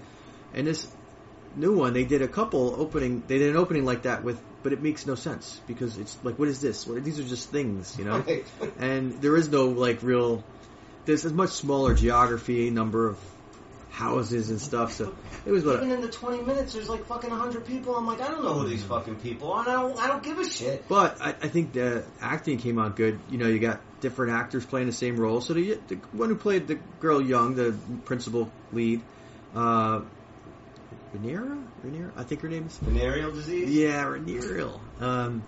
And this new one, they did a couple opening. They did an opening like that with, but it makes no sense because it's like, what is this? What, these are just things, you know.
Right.
and there is no like real. There's a much smaller geography, number of houses and stuff. So it was what.
Even in the 20 minutes, there's like fucking 100 people. I'm like, I don't know who these fucking people are, and I don't, I don't give a shit.
But I, I think the acting came out good. You know, you got different actors playing the same role. So the, the one who played the girl Young, the principal lead, uh, Rhaenyra, Rhaenyra, I think her name is.
Venereal disease?
Yeah, Rhaenyra. Um,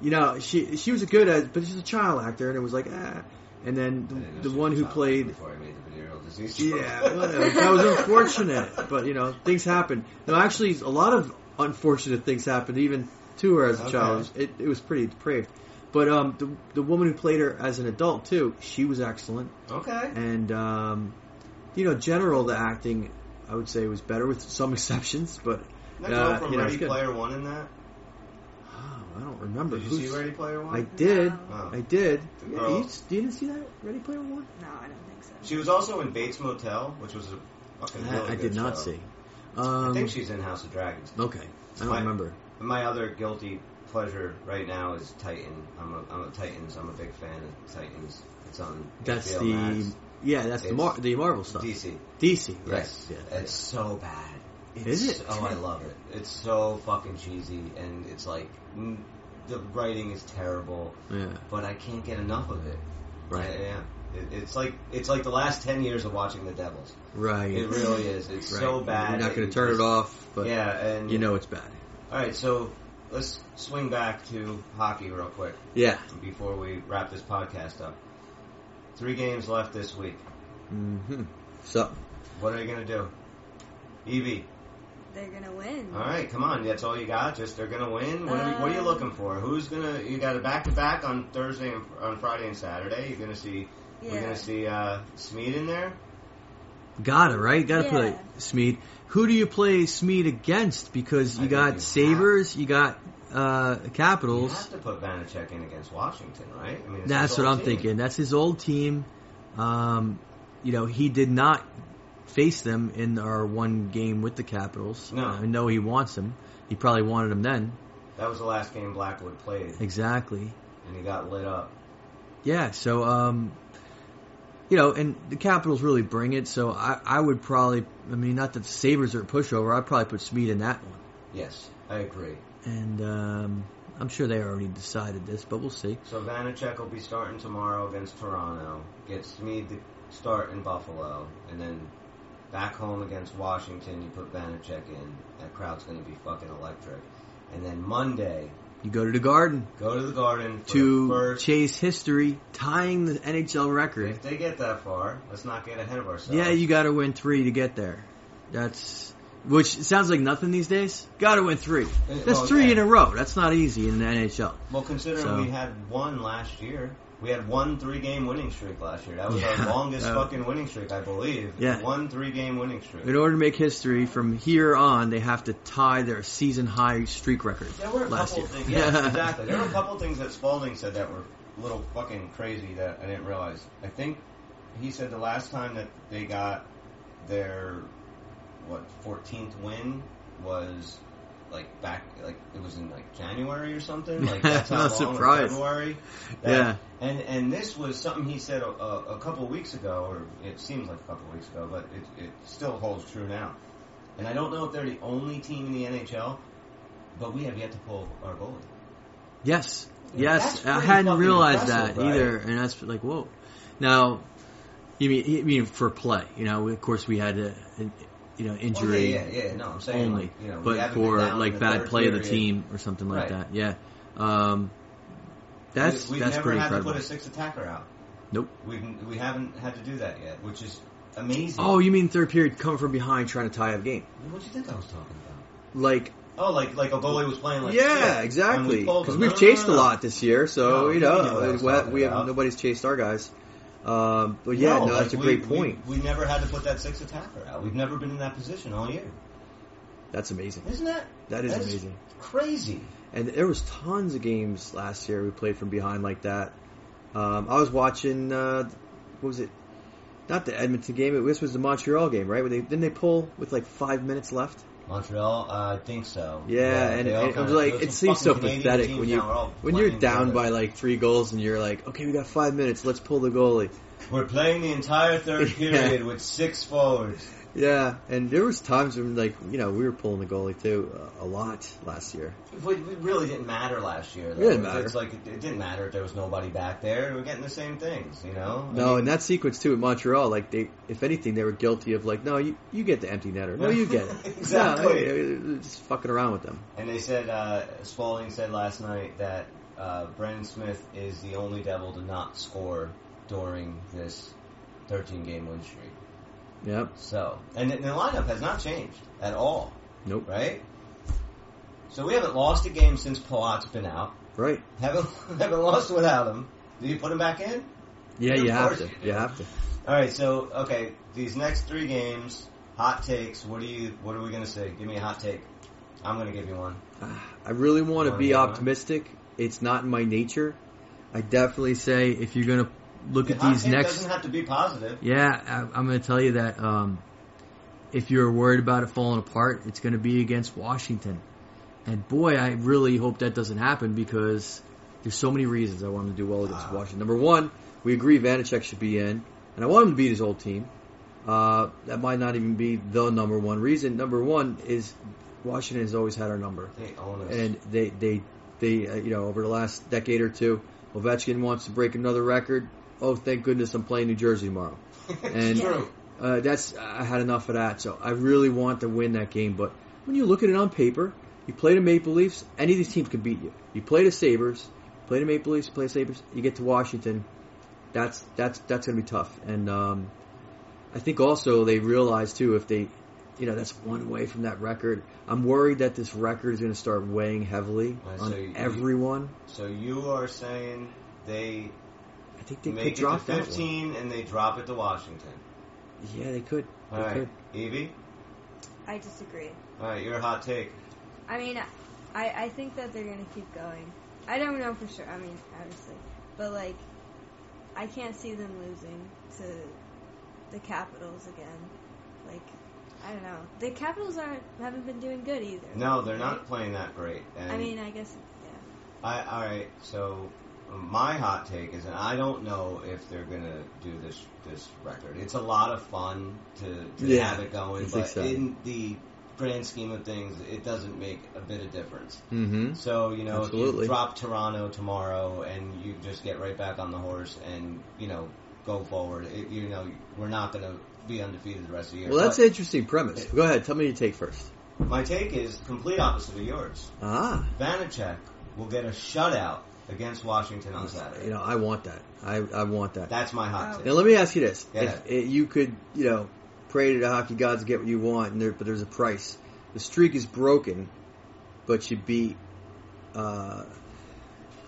you know, she she was good at, but she's a child actor, and it was like, ah. And then the, the one who played
Before I made the venereal disease. joke.
yeah, whatever. that was unfortunate, but you know things happen. No, actually, a lot of unfortunate things happened even to her as a
Okay.
child. It, it was pretty depraved. But um, the the woman who played her as an adult too, she was excellent,
Okay.
and um, you know, general the acting I would say was better with some exceptions, but uh,
That girl from
you know, it's
Ready
good.
Player One in that.
oh, I don't remember.
Did you see
who's-
Ready Player One?
I did,
No.
Oh.
I did.
The
Yeah,
girl.
you, s- you didn't see that Ready Player One?
No, I don't think so.
She was also in Bates Motel, which was a fucking
That
really
I
good
did not
show.
see.
I
Um,
think she's in House of Dragons.
okay, I don't
My-
remember.
My other guilty pleasure right now is Titan. I'm a, I'm a Titans. I'm a big fan of Titans. It's on
That's
HBO
the
Max.
yeah, that's the
It's
Mar- the Marvel stuff.
DC.
DC, right?
Yes,
Yeah.
it's so bad. It's,
Is it?
Oh, I love it. It's so fucking cheesy, and it's like mm, the writing is terrible,
yeah,
but I can't get enough of it.
right,
Yeah, yeah. It, it's like it's like the last ten years of watching The Devils.
right.
It really is. It's so
right.
bad.
You're not going
It
to turn
just-
it off, but
yeah, and
you know it's bad.
All right, so let's swing back to hockey real quick
Yeah.
before we wrap this podcast up. Three games left this week.
hmm So
What are you gonna do, Evie?
They're gonna win.
All right, come on. That's all you got. Just they're gonna win. What are, you, what are you
Um,
looking for? Who's gonna? You got a back to back on Thursday and on Friday and Saturday. You're gonna see. We're
Yeah.
gonna see uh, Smeed in there.
got it right. Got to
Yeah.
play Smead. Who do you play Smead against? Because
I
you
think you
got
have-
Sabers, you got uh,
You
Capitals.
have to put Vanacek in against Washington, right? I mean, it's
That's
his
what
old
I'm
team.
thinking. That's his old team. Um, you know, he did not face them in our one game with the Capitals.
No.
I know he wants them. He probably wanted them then.
That was the last game Blackwood played,
Exactly.
and he got lit up.
Yeah, so um you know, and the Capitals really bring it, so I, I would probably I mean not that the Sabres are a pushover, I'd probably put Speed in that one.
Yes, I agree.
And um I'm sure they already decided this, but we'll see.
So Vanacek will be starting tomorrow against Toronto. Get Smeed to start in Buffalo, and then back home against Washington. You put Vanacek in. That crowd's going to be fucking electric. And then Monday,
You go to the garden
go to the Garden for the
to
first.
chase history, tying the NHL record.
If they get that far, let's not get ahead of ourselves.
Yeah, you got to win three to get there. That's which sounds like nothing these days. Got to win three. That's
well,
three
yeah.
in a row. That's not easy in the NHL.
Well, considering
So-
we had one last year, we had one three-game winning streak last year. That was
Yeah,
our longest
that-
fucking winning streak, I believe.
Yeah.
one three-game winning streak.
In order to make history from here on, they have to tie their season high streak record.
There were a
last
couple
year.
things. Yeah, exactly. There were a couple things that Spalding said that were a little fucking crazy that I didn't realize. I think he said the last time that they got their what 14th win was like back like it was in like January or something. Like that's how
No
long or
surprise.
February.
Yeah.
And and this was something he said a, a, a couple weeks ago, or it seems like a couple weeks ago, but it, it still holds true now. And I don't know if they're the only team in the NHL, but we have yet to pull our goalie.
Yes.
Yeah,
Yes.
that's
I
pretty
hadn't
fucking
realized that
impressive, right?
either, and that's like whoa. Now, you mean you mean for play? You know, of course we had a, an you know injury.
Well, Oh, yeah, yeah, yeah. No, I'm saying
only,
like, you know, we
but
haven't
for
been down in
like
the
bad
third
play of the
period.
team or something like
Right.
that. Yeah, um, that's
we, we've
that's
never
pretty
had
incredible.
to put a six attacker out.
Nope.
We've, we haven't had to do that yet, which is amazing.
Oh, you mean third period coming from behind trying to tie up game?
What do you think I was talking about?
Like,
Oh, like like a goalie was playing like shit,
yeah,
and
exactly.
we pulled
Because
him.
we've
No, no,
chased
no,
a
no.
lot this year, so
No,
you
you know what I
know
was
we,
talking
we have
about.
nobody's chased our guys. Um, but yeah, no,
like,
that's a
we-
great
we-
point.
We, never had to put that six attacker out. We've never been in that position all year.
That's amazing.
Isn't that
That is
that's
amazing.
Crazy.
And there was tons of games last year we played from behind like that. Um, I was watching, uh, what was it? Not the Edmonton game. This was the Montreal game, right? Where they, didn't they pull with like five minutes left?
Montreal, uh, I think so.
Yeah, and,
they all
and it
kinda-
was like
those
it
are
seems so
fucking Canadian
pathetic
teams
when you
now, we're all
when you're
playing
down
together.
by like three goals and you're like, okay, we got five minutes, let's pull the goalie.
We're playing the entire third
Yeah.
period with six forwards.
Yeah, and there was times when like you know we were pulling the goalie too uh, a lot last year.
We, we really didn't matter last year. Though.
It didn't matter.
It's like it, it didn't matter if there was nobody back there. We're getting the same things, you know.
No, and that sequence too at Montreal, like they, if anything, they were guilty of like, no, you, you get the empty netter, no, you get it,
Exactly.
No, I- I- I- just fucking around with them.
And they said uh, Spalding said last night that uh, Brendan Smith is the only Devil to not score during this 13 game win streak.
Yep,
So, and the, the lineup has not changed at all,
nope,
right? So we haven't lost a game since Palat's been out.
right?
Haven't haven't lost without him. Do you put him back in?
Yeah,
Of
you have
course
to,
you do.
you have to.
All right. So okay, these next three games, hot takes. What do you? What are we gonna say? Give me a hot take. I'm gonna give you one.
I really want to
Wanna
be
hear mine?
optimistic. It's not in my nature. I definitely say if you're gonna look
The
at
hot
these
take
next
doesn't have to be positive.
Yeah, I, I'm going to tell you that um, if you're worried about it falling apart, it's going to be against Washington. And boy, I really hope that doesn't happen because there's so many reasons I want him to do well against
Ah.
Washington.
Number one, we agree Vanacek should be in, and I want him to beat his old team. Uh, that might not even be the number one reason. Number one is Washington has always had our number,
They own us.
and they they they uh, you know over the last decade or two, Ovechkin wants to break another record. Oh, thank goodness I'm playing New Jersey tomorrow. And-
True.
Uh, that's I had enough of that. So I really want to win that game. But when you look at it on paper, you play the Maple Leafs. Any of these teams can beat you. You play the Sabers, play the Maple Leafs, play the Sabers. You get to Washington. That's that's that's going to be tough. And um, I think also they realize too if they, you know, that's one away from that record. I'm worried that this record is going to start weighing heavily
Right, so
on
you-
everyone.
So you are saying they
I think they
make
could drop
it to
that one.
15 and they drop it to Washington.
Yeah, they could. They
All right,
could.
Evie.
I disagree.
All right, your hot take.
I mean, I, I think that they're gonna keep going. I don't know for sure. I mean, obviously, but like, I can't see them losing to the Capitals again. Like, I don't know. The Capitals aren't haven't been doing good either.
No, they're not playing that great. And
I mean, I guess.
I, all right. So my hot take is, and I don't know if they're gonna do this this record. It's a lot of fun to, to
Yeah,
have it going,
it's
but in
exciting.
the grand scheme of things, it doesn't make a bit of difference.
Mm-hmm.
So you know, if
Absolutely.
you drop Toronto tomorrow and you just get right back on the horse and you know go forward. It, you know, we're not gonna be undefeated the rest of the year.
Well, that's
But
an interesting premise. Go ahead, tell me your take first.
My take is complete opposite of yours.
Ah,
Vanacek will get a shutout against Washington on Saturday.
you know, I want that. I, I want that.
That's my hot
Now,
take.
let me ask you this:
Yeah.
If eh, you could, you know, pray to the hockey gods to get what you want, and there, but there's a price. The streak is broken, but you beat. Uh,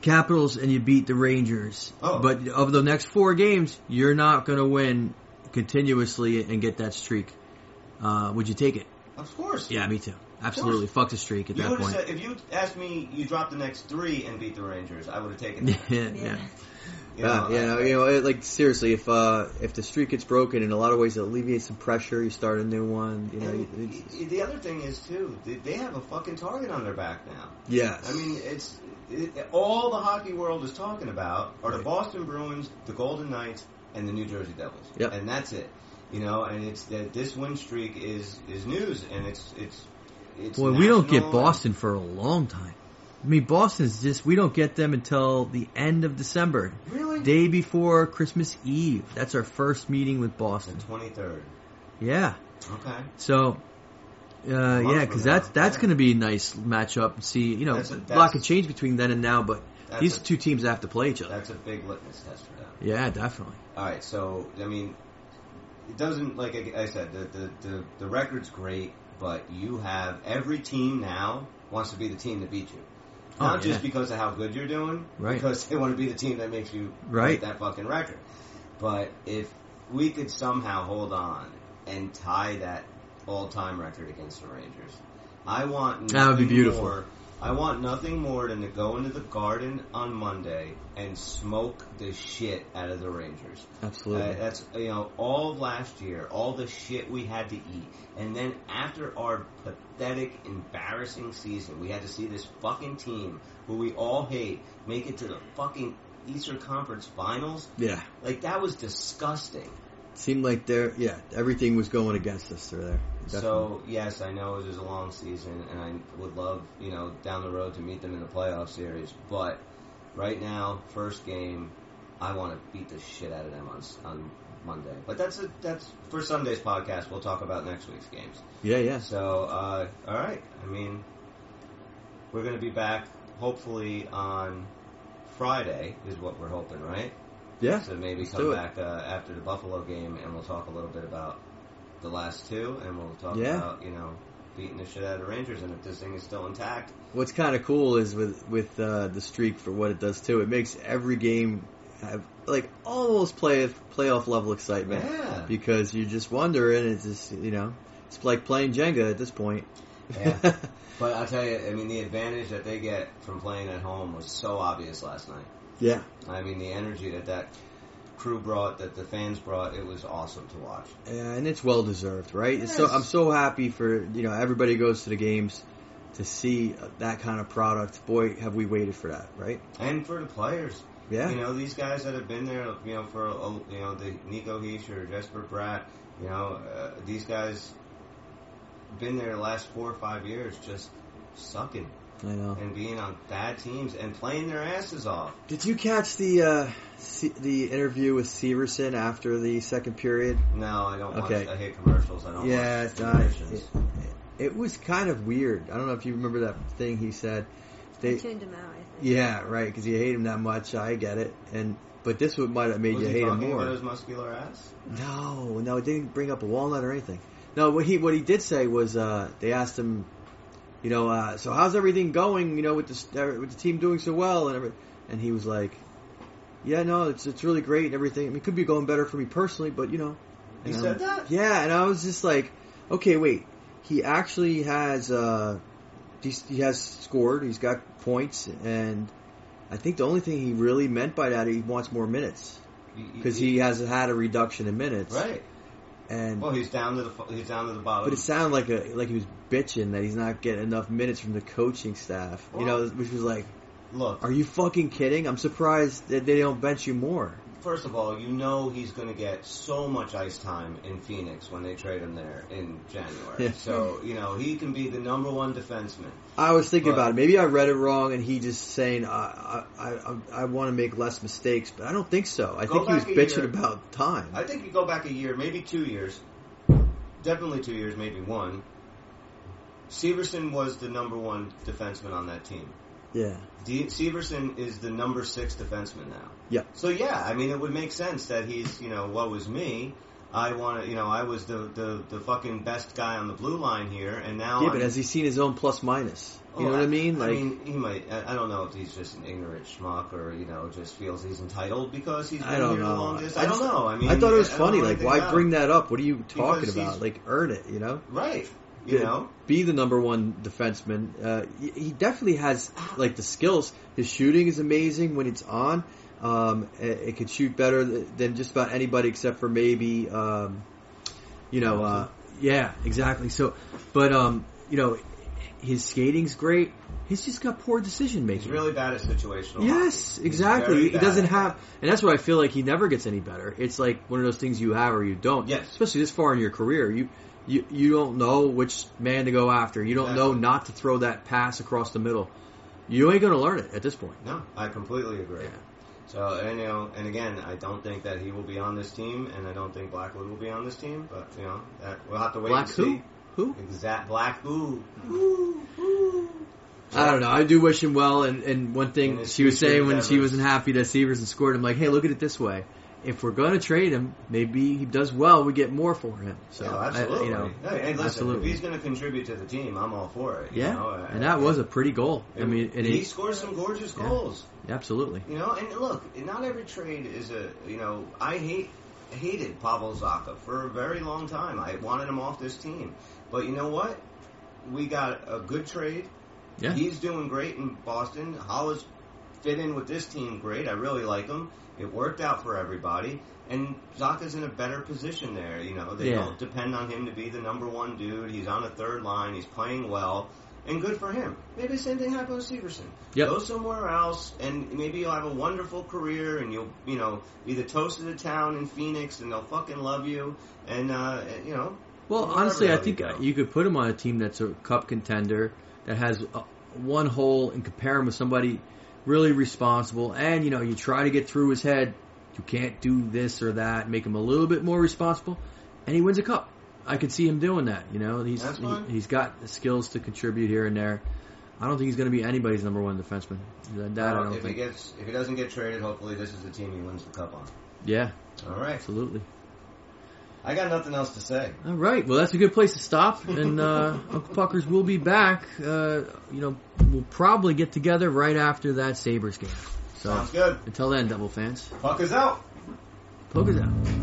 Capitals and you beat the Rangers.
Oh.
But of the next four games, you're not going to win continuously and get that streak. Uh, would you take it?
Of course.
Yeah, me too. Absolutely. Fuck the streak at
You
that
would have
point.
said if you asked me, you dropped the next three and beat the Rangers. I would have taken
yeah,
that.
yeah.
Yeah.
You
Uh,
yeah,
know,
you know, you know, it, like seriously, if uh, if the streak gets broken, in a lot of ways, it alleviates some pressure. You start a new one. You know,
and
you- it's-
y- the other thing is too, they- they have a fucking target on their back now.
yeah.
I mean, it's it, all the hockey world is talking about are the
Right.
Boston Bruins, the Golden Knights, and the New Jersey Devils.
Yep.
and that's it. You know, and it's that this win streak is is news, and it's it's it's.
Boy, we don't get
national and-
Boston for a long time. I mean, Boston's just, we don't get them until the end of December.
Really?
Day before Christmas Eve. That's our first meeting with Boston.
Twenty third.
Yeah.
Okay.
So, uh, yeah,
from
because
now.
that's that's
Yeah.
going to be a nice matchup. and See, you know,
That's a-
a lot
that's-
could change between then and now, but
That's
these
a,
two teams have to play each other.
that's a big litmus test for them.
Yeah, definitely.
All right, so I mean, it doesn't like I I said the, the the the record's great, but you have every team now wants to be the team that beat you.
Oh,
Not just
yeah.
because of how good you're doing,
Right.
because they want to be the team that makes you break
Right.
that fucking record. But if we could somehow hold on and tie that all-time record against the Rangers, I want
That would be
nothing
beautiful.
More, I want nothing more than to go into the Garden on Monday and smoke the shit out of the Rangers.
Absolutely.
Uh, that's you know all of last year, all the shit we had to eat, and then after our pathetic, embarrassing season, we had to see this fucking team who we all hate make it to the fucking Eastern Conference Finals.
yeah.
Like that was disgusting.
Seemed like there. Yeah, everything was going against us through there. Definitely.
So yes, I know it was a long season, and I would love you know down the road to meet them in the playoff series. But right now, first game, I want to beat the shit out of them on s- on Monday. But that's a, that's for Sunday's podcast. We'll talk about next week's games.
yeah, yeah.
So uh, all right, I mean, we're gonna be back hopefully on Friday is what we're hoping, right?
Yeah.
So maybe
Let's
come
do it.
back uh, after the Buffalo game, and we'll talk a little bit about the last two, and we'll talk
Yeah.
about you know beating the shit out of the Rangers, and if this thing is still intact,
What's kind of cool is with with uh, the streak for what it does too. It makes every game have like almost play playoff level excitement
yeah.
because you just wonder and it's just you know it's like playing Jenga at this point.
yeah. But I'll tell you, I mean, the advantage that they get from playing at home was so obvious last night.
yeah.
I mean, the energy that that crew brought, that the fans brought, it was awesome to watch.
and it's well deserved, right? It's So
Yes.
I'm so happy for you know everybody goes to the games to see that kind of product. Boy, have we waited for that, right?
And for the players,
Yeah,
You know, these guys that have been there, you know, for, a- you know, the Nico Heischer, Jesper Bratt, you know, uh, these guys been there the last four or five years just sucking
I know.
and being on bad teams and playing their asses off.
Did you catch the uh, Se- the interview with Severson after the second period?
No, I don't
Okay.
watch, I hate commercials. I don't
Yeah,
watch
it's not, it,
commercials.
it was kind of weird. I don't know if you remember that thing he said.
I
They,
tuned him out, I think.
yeah, right, because you hate him that much. I get it, and but this would might have made
Was
you
he
hate him
talking
more.
about his muscular ass?
No, no, it didn't bring up a walnut or anything. No, what he what he did say was uh, they asked him, you know, uh, so how's everything going? You know, with the uh, with the team doing so well and everything. And he was like, yeah, no, it's it's really great and everything. I mean, it could be going better for me personally, but you know.
He
And I'm-
said that?
Yeah, and I was just like, okay, wait, he actually has uh, he's, he has scored, he's got points, and I think the only thing he really meant by that he wants more minutes because he has had a reduction in minutes.
Right.
And
Well, he's down to the fu- he's down to the bottom.
but it sounded like a like he was bitching that he's not getting enough minutes from the coaching staff. You know, which was like,
Look,
are you fucking kidding? I'm surprised that they don't bench you more.
First of all, you know he's going to get so much ice time in Phoenix when they trade him there in January.
Yeah.
So, you know, he can be the number one defenseman.
I was thinking
But-
about it. Maybe I read it wrong, and he just saying I I I, I want to make less mistakes, but I don't think so. I
Go
think he was
back a
bitching
year.
about time.
I think you go back a year, maybe two years. Definitely two years, maybe one. Severson was the number one defenseman on that team.
yeah,
De- Severson is the number six defenseman now.
Yeah.
So yeah, I mean, it would make sense that he's, you know, what was me? I want to, you know, I was the, the the fucking best guy on the blue line here, and now
yeah,
I'm
but has he seen his own plus minus? You
Oh,
know what I mean? Like,
I mean, he might. I I don't know if he's just an ignorant schmuck or you know just feels he's entitled because he's been
I don't
here the
know.
longest.
I
I, don't
just-
know. I mean,
I thought it was
don't
funny.
know
Like,
anything
why
about
bring
it.
that up? What are you talking
Because he's-
about? Like, earn it, you know?
Right. You
Yeah.
know.
be the number one defenseman. Uh, he- he definitely has like the skills. His shooting is amazing when it's on. Um, it, it could shoot better th- than just about anybody except for maybe, um, you know, uh, yeah, exactly. So, but um, you know, his skating's great. He's just got poor
He's
decision making.
really bad at situational. hockey.
Yes,
He's very
exactly. He
bad
doesn't
at that.
have, and that's why I feel like he never gets any better. It's like one of those things you have or you don't.
Yes.
Especially this far in your career, you you you don't know which man to go after. You don't know
Exactly.
not to throw that pass across the middle. You ain't gonna learn it at this point.
No, I completely agree.
Yeah.
So and you know, and again, I don't think that he will be on this team, and I don't think Blackwood will be on this team. But you know, that, we'll have to wait
Black
and
who?
see.
Who?
Exact Black Ooh.
I don't know. I do wish him well. And, and one thing
And his
she was
future
saying when she
endeavors.
wasn't happy that Severs and scored, I'm like, hey, look at it this way. if we're going to trade him, maybe he does well. We get more for him. So
no,
I-
Oh, absolutely.
you know,
No, and listen,
absolutely.
if he's going to contribute to the team, I'm all for it. you
yeah.
know,
and that was
I-
a pretty goal. I mean, and
he
he,
scores some gorgeous
Yeah.
goals.
absolutely.
You know, and look, not every trade is a. You know, I hate hated Pavel Zaka for a very long time. I wanted him off this team, but you know what? We got a good trade.
Yeah.
He's doing great in Boston. Hollis fit in with this team great. I really like him. It worked out for everybody. And Zaka's in a better position there. You know, they
Yeah.
don't depend on him to be the number one dude. He's on the third line. He's playing well. And good for him. Maybe the same thing happened to Severson.
Yep.
Go somewhere else, and maybe you'll have a wonderful career, and you'll, you know, be the toast of the town in Phoenix, and they'll fucking love you. And, uh, you know,
Well,
wherever
honestly,
the
I
hell you
think
go.
you could put him on a team that's a cup contender that has uh one hole and compare him with somebody really responsible. And you know, you try to get through his head. You can't do this or that. Make him a little bit more responsible, and he wins a cup. I could see him doing that. You know, he's
That's
he,
fine.
he's got the skills to contribute here and there. I don't think he's going to be anybody's number one defenseman. That, that I
Well,
don't
if
think.
he gets if he doesn't get traded, hopefully this is the team he wins the cup on.
yeah,
All right,
absolutely.
I got nothing else to say.
All right. Well, that's a good place to stop. And uh, Uncle Puckers will be back. Uh, you know, we'll probably get together right after that Sabres game. So
Sounds good.
until then, Devil fans,
Puck is out.
poke us out.